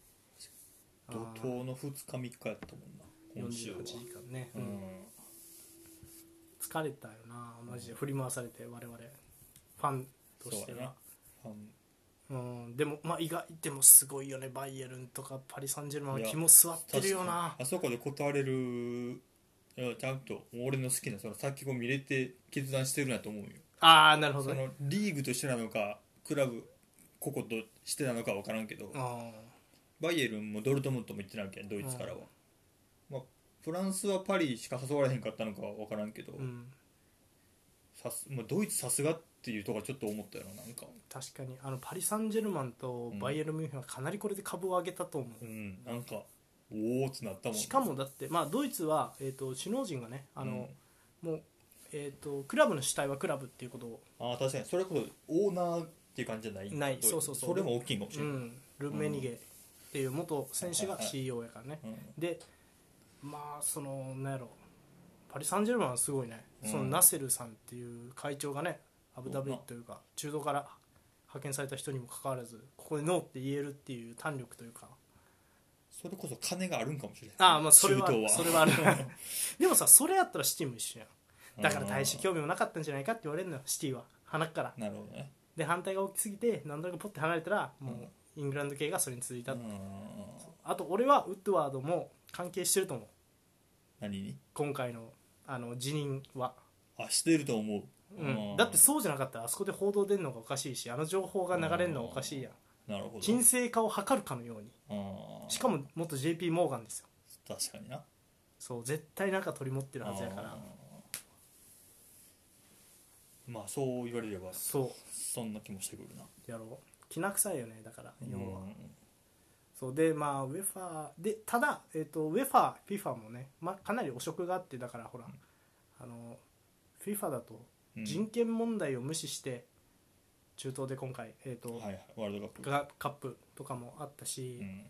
Speaker 2: 怒
Speaker 1: あ
Speaker 2: 涛の2日3日やったもんな
Speaker 1: ー
Speaker 2: 今週は
Speaker 1: 48時間ね、
Speaker 2: う
Speaker 1: うん
Speaker 2: ん
Speaker 1: 疲れたよなマジで振り回されて我々ファンと
Speaker 2: そう
Speaker 1: して
Speaker 2: や
Speaker 1: は
Speaker 2: なファン
Speaker 1: うん、でも、まあ、意外でもすごいよねバイエルンとかパリ・サンジェルマン
Speaker 2: い
Speaker 1: は
Speaker 2: や
Speaker 1: 気も座ってるよな
Speaker 2: 確かにあそこで断れるいやちゃんと俺の好きなその先を見れて決断してるなと思うよ
Speaker 1: ああなるほ
Speaker 2: そ
Speaker 1: どね
Speaker 2: のリーグとしてなのかクラブ個々としてなのか分からんけど
Speaker 1: あ
Speaker 2: バイエルンもドルトムントも行ってないけんドイツからは、まあ、フランスはパリしか誘われへんかったのかは分からんけど、
Speaker 1: ーうん
Speaker 2: さすまあ、ドイツさすがっていうとこはちょっと思ったよななんか
Speaker 1: 確かにあのパリ・サンジェルマンとバイエルン・ミュンヘンはかなりこれで株を上げたと思う、
Speaker 2: うんなんかおおってなったもん
Speaker 1: しかもだって、まあ、ドイツは、えー、と首脳陣がねあの、もう、えー、とクラブの主体はクラブっていうことを、
Speaker 2: ああ確かにそれこそオーナーっていう感じじゃない
Speaker 1: ない
Speaker 2: ドイツ
Speaker 1: そうそうそう
Speaker 2: それも大きいかもし
Speaker 1: う
Speaker 2: れない、
Speaker 1: ん、ルンメニゲっていう元選手が CEO やからね、
Speaker 2: うん
Speaker 1: でまあそのなんやろパリ・サンジェルマンはすごいね、
Speaker 2: うん
Speaker 1: そのナセルさんっていう会長がねアブダビというか中道から派遣された人にもかかわらずここでノーって言えるっていう胆力というか
Speaker 2: それこそ金があるんかもしれない
Speaker 1: ああまあそれは
Speaker 2: 中東
Speaker 1: それ はあるでもさそれやったらシティも一緒やんだから大して
Speaker 2: あ
Speaker 1: 興味もなかったんじゃないかって言われるのよシティは鼻から
Speaker 2: あなるほどね
Speaker 1: で反対が大きすぎて何となくポッて離れたら
Speaker 2: うん
Speaker 1: もうイングランド系がそれに続いた、
Speaker 2: うん
Speaker 1: あと俺はウッドワードも関係してると思う
Speaker 2: 何に
Speaker 1: 今回のあの辞任は
Speaker 2: あしてると思う、
Speaker 1: うん、だってそうじゃなかったらあそこで報道出るのがおかしいしあの情報が流れるのはおかしいやん
Speaker 2: なるほど
Speaker 1: 沈静化を図るかのように
Speaker 2: あー
Speaker 1: しかも元 JP モーガンですよ
Speaker 2: 確かにな
Speaker 1: そう絶対なんか取り持ってるはずやか
Speaker 2: あ
Speaker 1: ら
Speaker 2: ーまあそう言われれば
Speaker 1: そ
Speaker 2: そんな気もしてくるな
Speaker 1: うやろうきな臭いよねだから要は、
Speaker 2: うん
Speaker 1: そうでまあウェファーでただ、えー、とウェファー FIFA もね、まあ、かなり汚職があってだからほら、あの FIFA だと
Speaker 2: うん
Speaker 1: 人権問題を無視して中東で今回、えーと
Speaker 2: はいはいワールドカップ
Speaker 1: がカップとかもあったし、
Speaker 2: うん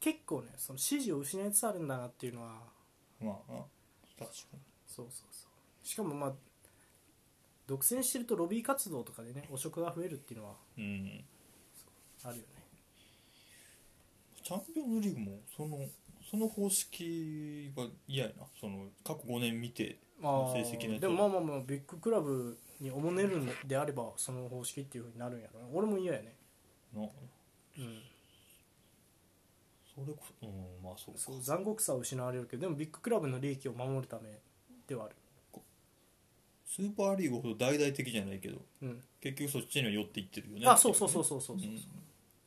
Speaker 1: 結構ねその支持を失いつつあるんだなっていうのは
Speaker 2: まあな確かに
Speaker 1: そうそうそうしかもまあ独占してるとロビー活動とかでね汚職が増えるっていうのは
Speaker 2: うん
Speaker 1: あるよね
Speaker 2: チャンピオンズリーグもそのその方式は嫌やなその過去5年見て
Speaker 1: あ
Speaker 2: 成績のやつ
Speaker 1: でもまあまあまあビッグクラブにおもねるんであればその方式っていうふうになるんやろな俺も嫌やね
Speaker 2: の
Speaker 1: うん
Speaker 2: それこそうんまあそうか
Speaker 1: そう残酷さを失われるけどでもビッグクラブの利益を守るためではある
Speaker 2: スーパーリーグほど大々的じゃないけど
Speaker 1: うん
Speaker 2: 結局そっちには寄っていってるよね
Speaker 1: あそうそうそうそうそうそう
Speaker 2: うん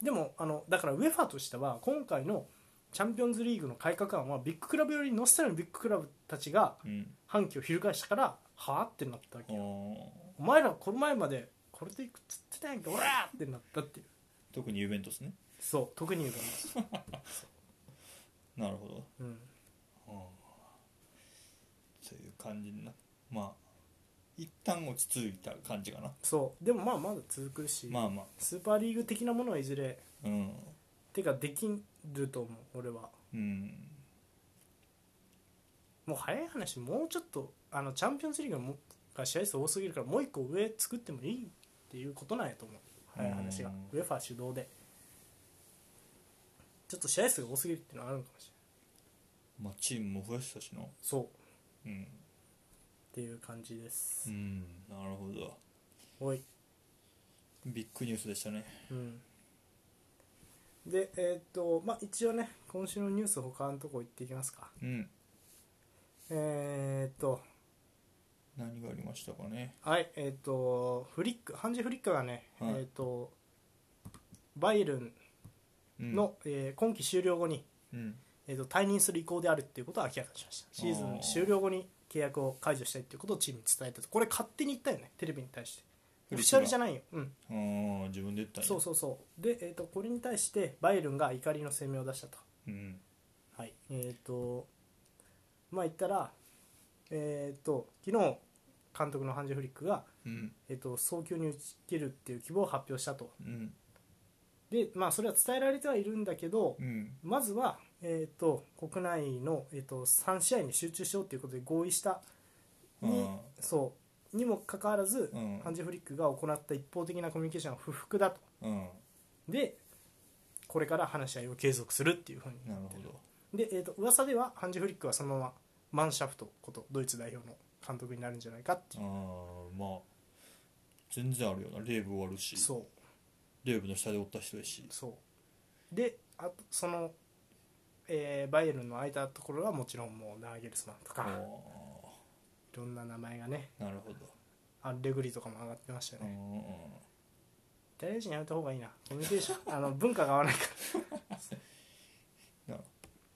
Speaker 1: でもあのだからウェファとしては今回のチャンピオンズリーグの改革案はビッグクラブよりノスタルのビッグクラブたちが
Speaker 2: うん
Speaker 1: 反旗を翻したからはあってなったわ
Speaker 2: あ
Speaker 1: けよ
Speaker 2: ー
Speaker 1: お前らこの前までこれでいくっつってたやんけおらーってなったっていう
Speaker 2: 特にユベントスね
Speaker 1: そう特に言うからです、
Speaker 2: なるほど
Speaker 1: うん、
Speaker 2: そういう感じになまあ一旦落ち着いた感じかな
Speaker 1: そうでもまあまだ続くし、
Speaker 2: まあまあ
Speaker 1: スーパーリーグ的なものはいずれ
Speaker 2: うん
Speaker 1: てかできると思う俺は
Speaker 2: うん
Speaker 1: もう早い話もうちょっとあのチャンピオンズリーグもが試合数多すぎるからもう一個上作ってもいいっていうことなんやと思う早い話が
Speaker 2: うん
Speaker 1: ウェファー主導でちょっと試合数が多すぎるっていうのはあるのかもしれない
Speaker 2: まあチームも増やしたしな
Speaker 1: そうっ
Speaker 2: うん、
Speaker 1: ていう感じです
Speaker 2: う、ん、なるほど
Speaker 1: おい
Speaker 2: ビッグニュースでしたね
Speaker 1: うんでえーっとまあ一応ね今週のニュース他のとこ行っていきますか
Speaker 2: うん
Speaker 1: えーっと
Speaker 2: 何がありましたかね
Speaker 1: はいえーっとフリックハンジ・フリックがね、
Speaker 2: はい
Speaker 1: えーっとバイエルン
Speaker 2: うん
Speaker 1: の、えー今季終了後に、
Speaker 2: うん
Speaker 1: えー、と退任する意向であるっていうことを明らかにしましたシーズン終了後に契約を解除したいっていうことをチームに伝えたとこれ勝手に言ったよねテレビに対してオフィシャルじゃないよ、うん、
Speaker 2: ああ自分で言ったんや
Speaker 1: そうそうそうで、えー、とこれに対してバイエルンが怒りの声明を出したと
Speaker 2: うん
Speaker 1: はいえっ、とまあ言ったらえっ、と昨日監督のハンジ・フリックが、
Speaker 2: うん
Speaker 1: えー、と早急に打ち切るっていう希望を発表したと
Speaker 2: うん
Speaker 1: でまあそれは伝えられてはいるんだけど、
Speaker 2: うん
Speaker 1: まずは、えー、と国内の、えー、と3試合に集中しようということで合意したに
Speaker 2: あ
Speaker 1: そうにもかかわらず、
Speaker 2: うん
Speaker 1: ハンジ・フリックが行った一方的なコミュニケーションは不服だと
Speaker 2: あうん
Speaker 1: でこれから話し合いを継続するっていうふうに
Speaker 2: なるほど
Speaker 1: で、えー、と噂ではハンジ・フリックはそのままマンシャフトことドイツ代表の監督になるんじゃないかってい
Speaker 2: ああまあ全然あるよなレーブ終わるし
Speaker 1: うそう
Speaker 2: レーブの下でおった人やし
Speaker 1: そうであとその、えーバイエルンの空いたところはもちろんもうナーゲルスマンと
Speaker 2: あ
Speaker 1: かいろんな名前がね
Speaker 2: あなるほど
Speaker 1: アンレグリとかも上がってましたよ
Speaker 2: う
Speaker 1: ね、
Speaker 2: んうん
Speaker 1: イタリア人やめた方がいいなコミュニケーションあの文化が合わないから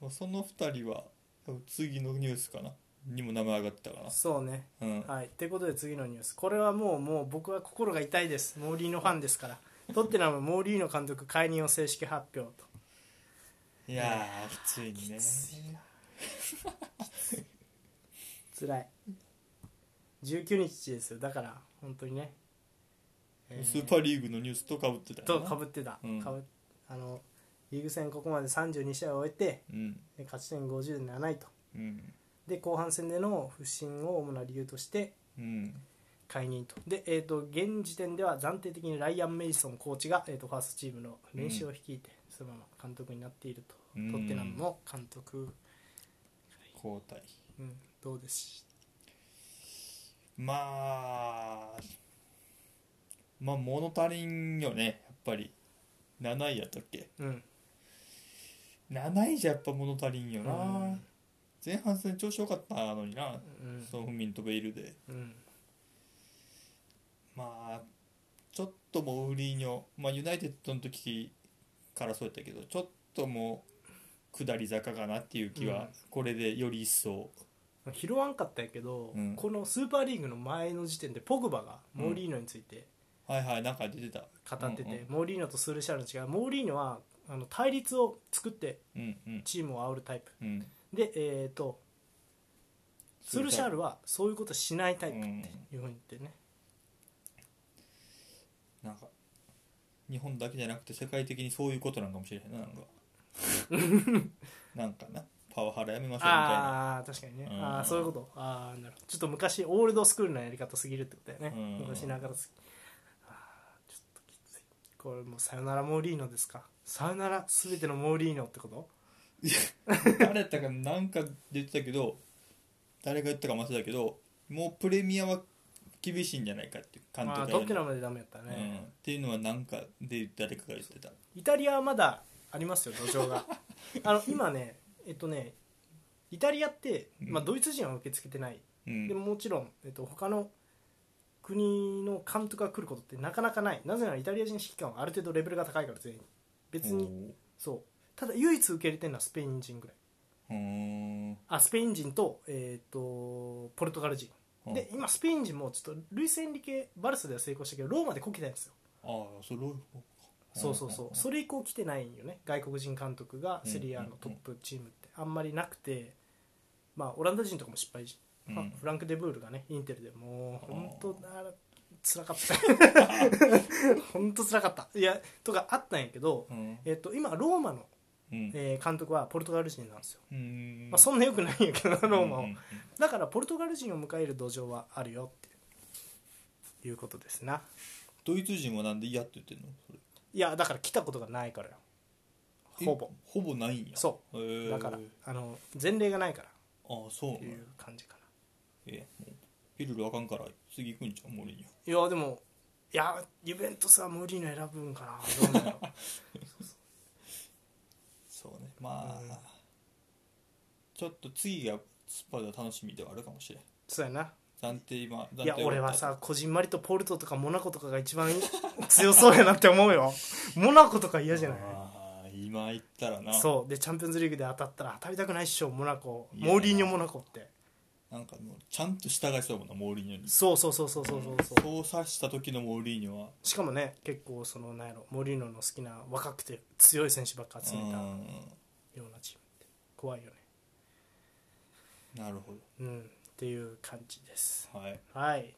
Speaker 2: まあその2人は多分次のニュースかなにも名前上がってたか
Speaker 1: そうね
Speaker 2: なうん
Speaker 1: はいということで次のニュースこれはもうもう僕は心が痛いですモーリーのファンですからトッテナムモーリーの監督解任を正式発表と
Speaker 2: いやーきついね
Speaker 1: 辛い19日ですよだから本当にね、えー
Speaker 2: スーパーリーグのニュースとかぶってたよ
Speaker 1: と
Speaker 2: な
Speaker 1: かぶってた、
Speaker 2: うん
Speaker 1: かぶあのリーグ戦ここまで32試合を終えて
Speaker 2: うん
Speaker 1: で勝ち点50で7位と
Speaker 2: うん
Speaker 1: で後半戦での不振を主な理由として
Speaker 2: うん
Speaker 1: 解任とで、えー、と現時点では暫定的にライアン・メイソンコーチが、えー、とファーストチームの練習を率いて、そのまま監督になっていると、
Speaker 2: うん
Speaker 1: トッテナムの監督、
Speaker 2: 交代
Speaker 1: うん、どうです
Speaker 2: まあまあ物足りんよねやっぱり7位やったっけ
Speaker 1: うん
Speaker 2: 7位じゃやっぱ物足りんよな、
Speaker 1: うん
Speaker 2: 前半戦調子良かったのにな、
Speaker 1: うん
Speaker 2: ソン・フンミンとベイルで
Speaker 1: うん
Speaker 2: まあちょっともうウリーニョ、まあ、ユナイテッドの時からそうやったけどちょっともう下り坂かなっていう気
Speaker 1: う
Speaker 2: は
Speaker 1: ん
Speaker 2: これでより一層
Speaker 1: 拾わんかったんやけど、
Speaker 2: うん
Speaker 1: このスーパーリーグの前の時点でポグバがモーリーノについて
Speaker 2: はいはいなんか出てた
Speaker 1: 語ってて、
Speaker 2: うんうん
Speaker 1: モーリーノとスルシャールの違いモーリーノはあの対立を作って
Speaker 2: うんうん
Speaker 1: チームを煽るタイプ
Speaker 2: うん
Speaker 1: で、えー、とスルシャールはそういうことしないタイプっていうふうに言ってね、
Speaker 2: なんか日本だけじゃなくて世界的にそういうことなんかもしれへんななんか なんかなパワハラやめましょうみたいな
Speaker 1: ああ確かにね、
Speaker 2: うん
Speaker 1: ああそういうことああなるほどちょっと昔オールドスクールなやり方すぎるってことだよね、
Speaker 2: うん
Speaker 1: 昔ながらすぎあーちょっときついこれもうさよならモーリーノですかさよならすべてのモーリーノってこと
Speaker 2: 誰やったかなんか出てたけど誰が言ったか忘れたけどもうプレミアは厳しいんじゃないかっていう監督
Speaker 1: ま
Speaker 2: が
Speaker 1: あ
Speaker 2: 言
Speaker 1: ど
Speaker 2: う
Speaker 1: っちのまでダメやった
Speaker 2: う
Speaker 1: ね、
Speaker 2: ん、っていうのはなんかで誰かが言ってた
Speaker 1: イタリアはまだありますよ土 壌があの今ねえっとねイタリアって、まあ、ドイツ人は受け付けてない
Speaker 2: うん
Speaker 1: でももちろん、えっと、他の国の監督が来ることってなかなかないなぜならイタリア人指揮官はある程度レベルが高いから全員別に、そうただ唯一受け入れてるのはスペイン人ぐらい
Speaker 2: おーうーん
Speaker 1: あスペイン人と,、えっとポルトガル人
Speaker 2: あ
Speaker 1: で今スペイン人もちょっとルイス・エンリケ・バルスでは成功したけどローマでこけたんですよ
Speaker 2: ああそれ
Speaker 1: そうそうそうそれ以降来てないんよね外国人監督がセリアのトップチームってあんまりなくてまあオランダ人とかも失敗し、まあ
Speaker 2: うん
Speaker 1: フランク・デブールがねインテルでもう
Speaker 2: あー
Speaker 1: 本当あら辛かった 本当辛かったいやとかあったんやけど、
Speaker 2: うん
Speaker 1: えっと今ローマの、
Speaker 2: うん
Speaker 1: えー監督はポルトガル人なんですよ、
Speaker 2: うん
Speaker 1: まあ、そんな良くないんやけどなローマは、
Speaker 2: うんうん
Speaker 1: だからポルトガル人を迎える土壌はあるよっていうことですな
Speaker 2: ドイツ人はなんで嫌って言ってんのそれ
Speaker 1: いやだから来たことがないからよ
Speaker 2: え
Speaker 1: ほぼ
Speaker 2: ほぼないんや
Speaker 1: そう
Speaker 2: へー
Speaker 1: だからあの前例がないから
Speaker 2: ああそうな
Speaker 1: って
Speaker 2: ん
Speaker 1: い
Speaker 2: や
Speaker 1: う感じか
Speaker 2: えもうピルルあかんから次行くんじゃんモリーニョ
Speaker 1: ないやでもいやユベントスはモリーノ選ぶんかなどうなんだ ろう
Speaker 2: そうねまあ、
Speaker 1: うん
Speaker 2: ちょっと次がスパルタ楽しみではあるかもしれん
Speaker 1: そうやな
Speaker 2: 暫定今暫定
Speaker 1: いや
Speaker 2: 終わった
Speaker 1: 俺はさこじんまりとポルトとかモナコとかが一番強そうやなって思う よモナコとか嫌じゃない
Speaker 2: ああ今行ったらな
Speaker 1: そうでチャンピオンズリーグで当たったら当たりたくないっしょモナコ
Speaker 2: いや
Speaker 1: モーリーニョモナコって
Speaker 2: なんかもうちゃんと従いそうやもんなモーリーニョに
Speaker 1: そうそうそうそうそうそうそう
Speaker 2: 操作した時のモーリーニョは
Speaker 1: しかもね結構そのなんやろモリーノの好きな若くて強い選手ばっか集めたよ
Speaker 2: う
Speaker 1: うなチームって怖いよね
Speaker 2: んなるほ
Speaker 1: うんっていう感じです
Speaker 2: どはい
Speaker 1: はい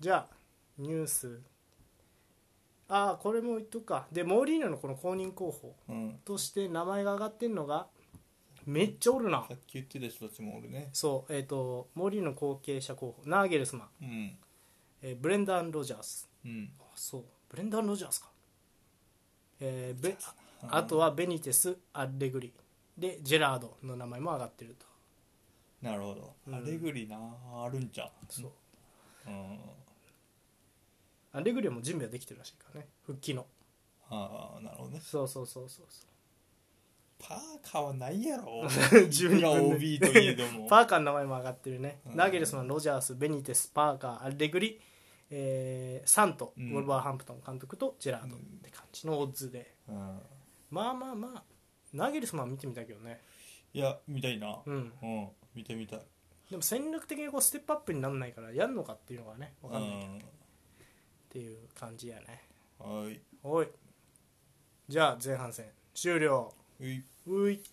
Speaker 1: じゃあニュースああこれも言っとくかでモーリーノのこの公認候補
Speaker 2: うん
Speaker 1: として名前が挙がってんのがめっちゃおるな
Speaker 2: さっき言ってた人たちもおるね
Speaker 1: そうえっ、とモーリーノの後継者候補ナーゲルスマン、
Speaker 2: うん
Speaker 1: えーブレンダン・ロジャース
Speaker 2: うん
Speaker 1: あそうブレンダン・ロジャースかえーベあとはベニテス・アレグリでジェラードの名前も上がってると
Speaker 2: なるほど、
Speaker 1: うん
Speaker 2: アレグリなあるんじゃん
Speaker 1: そう
Speaker 2: うん
Speaker 1: アレグリはもう準備はできてるらしいからね復帰の
Speaker 2: ああなるほどね
Speaker 1: そうそうそうそうそう
Speaker 2: パーカーはないや ろ
Speaker 1: 12
Speaker 2: いくら OB といえども
Speaker 1: パーカーの名前も上がってるね、
Speaker 2: うん
Speaker 1: ナーゲルスマン、ロジャース、ベニテス、パーカー、アレグリ、えーサント、
Speaker 2: うん
Speaker 1: ウォルバーハンプトン監督とジェラードっ
Speaker 2: うん
Speaker 1: て感じのオッズで、
Speaker 2: うん
Speaker 1: まあまあまあ、ナーゲルスマン見てみたいけどね、
Speaker 2: いや見たいな
Speaker 1: う、ん、
Speaker 2: うん、見てみたい
Speaker 1: でも戦略的にこうステップアップにならないから、やるのかっていうのがね、分かんないっ
Speaker 2: う
Speaker 1: ていう感じやね。
Speaker 2: んはい
Speaker 1: おいじゃあ前半戦終了
Speaker 2: ういう
Speaker 1: いう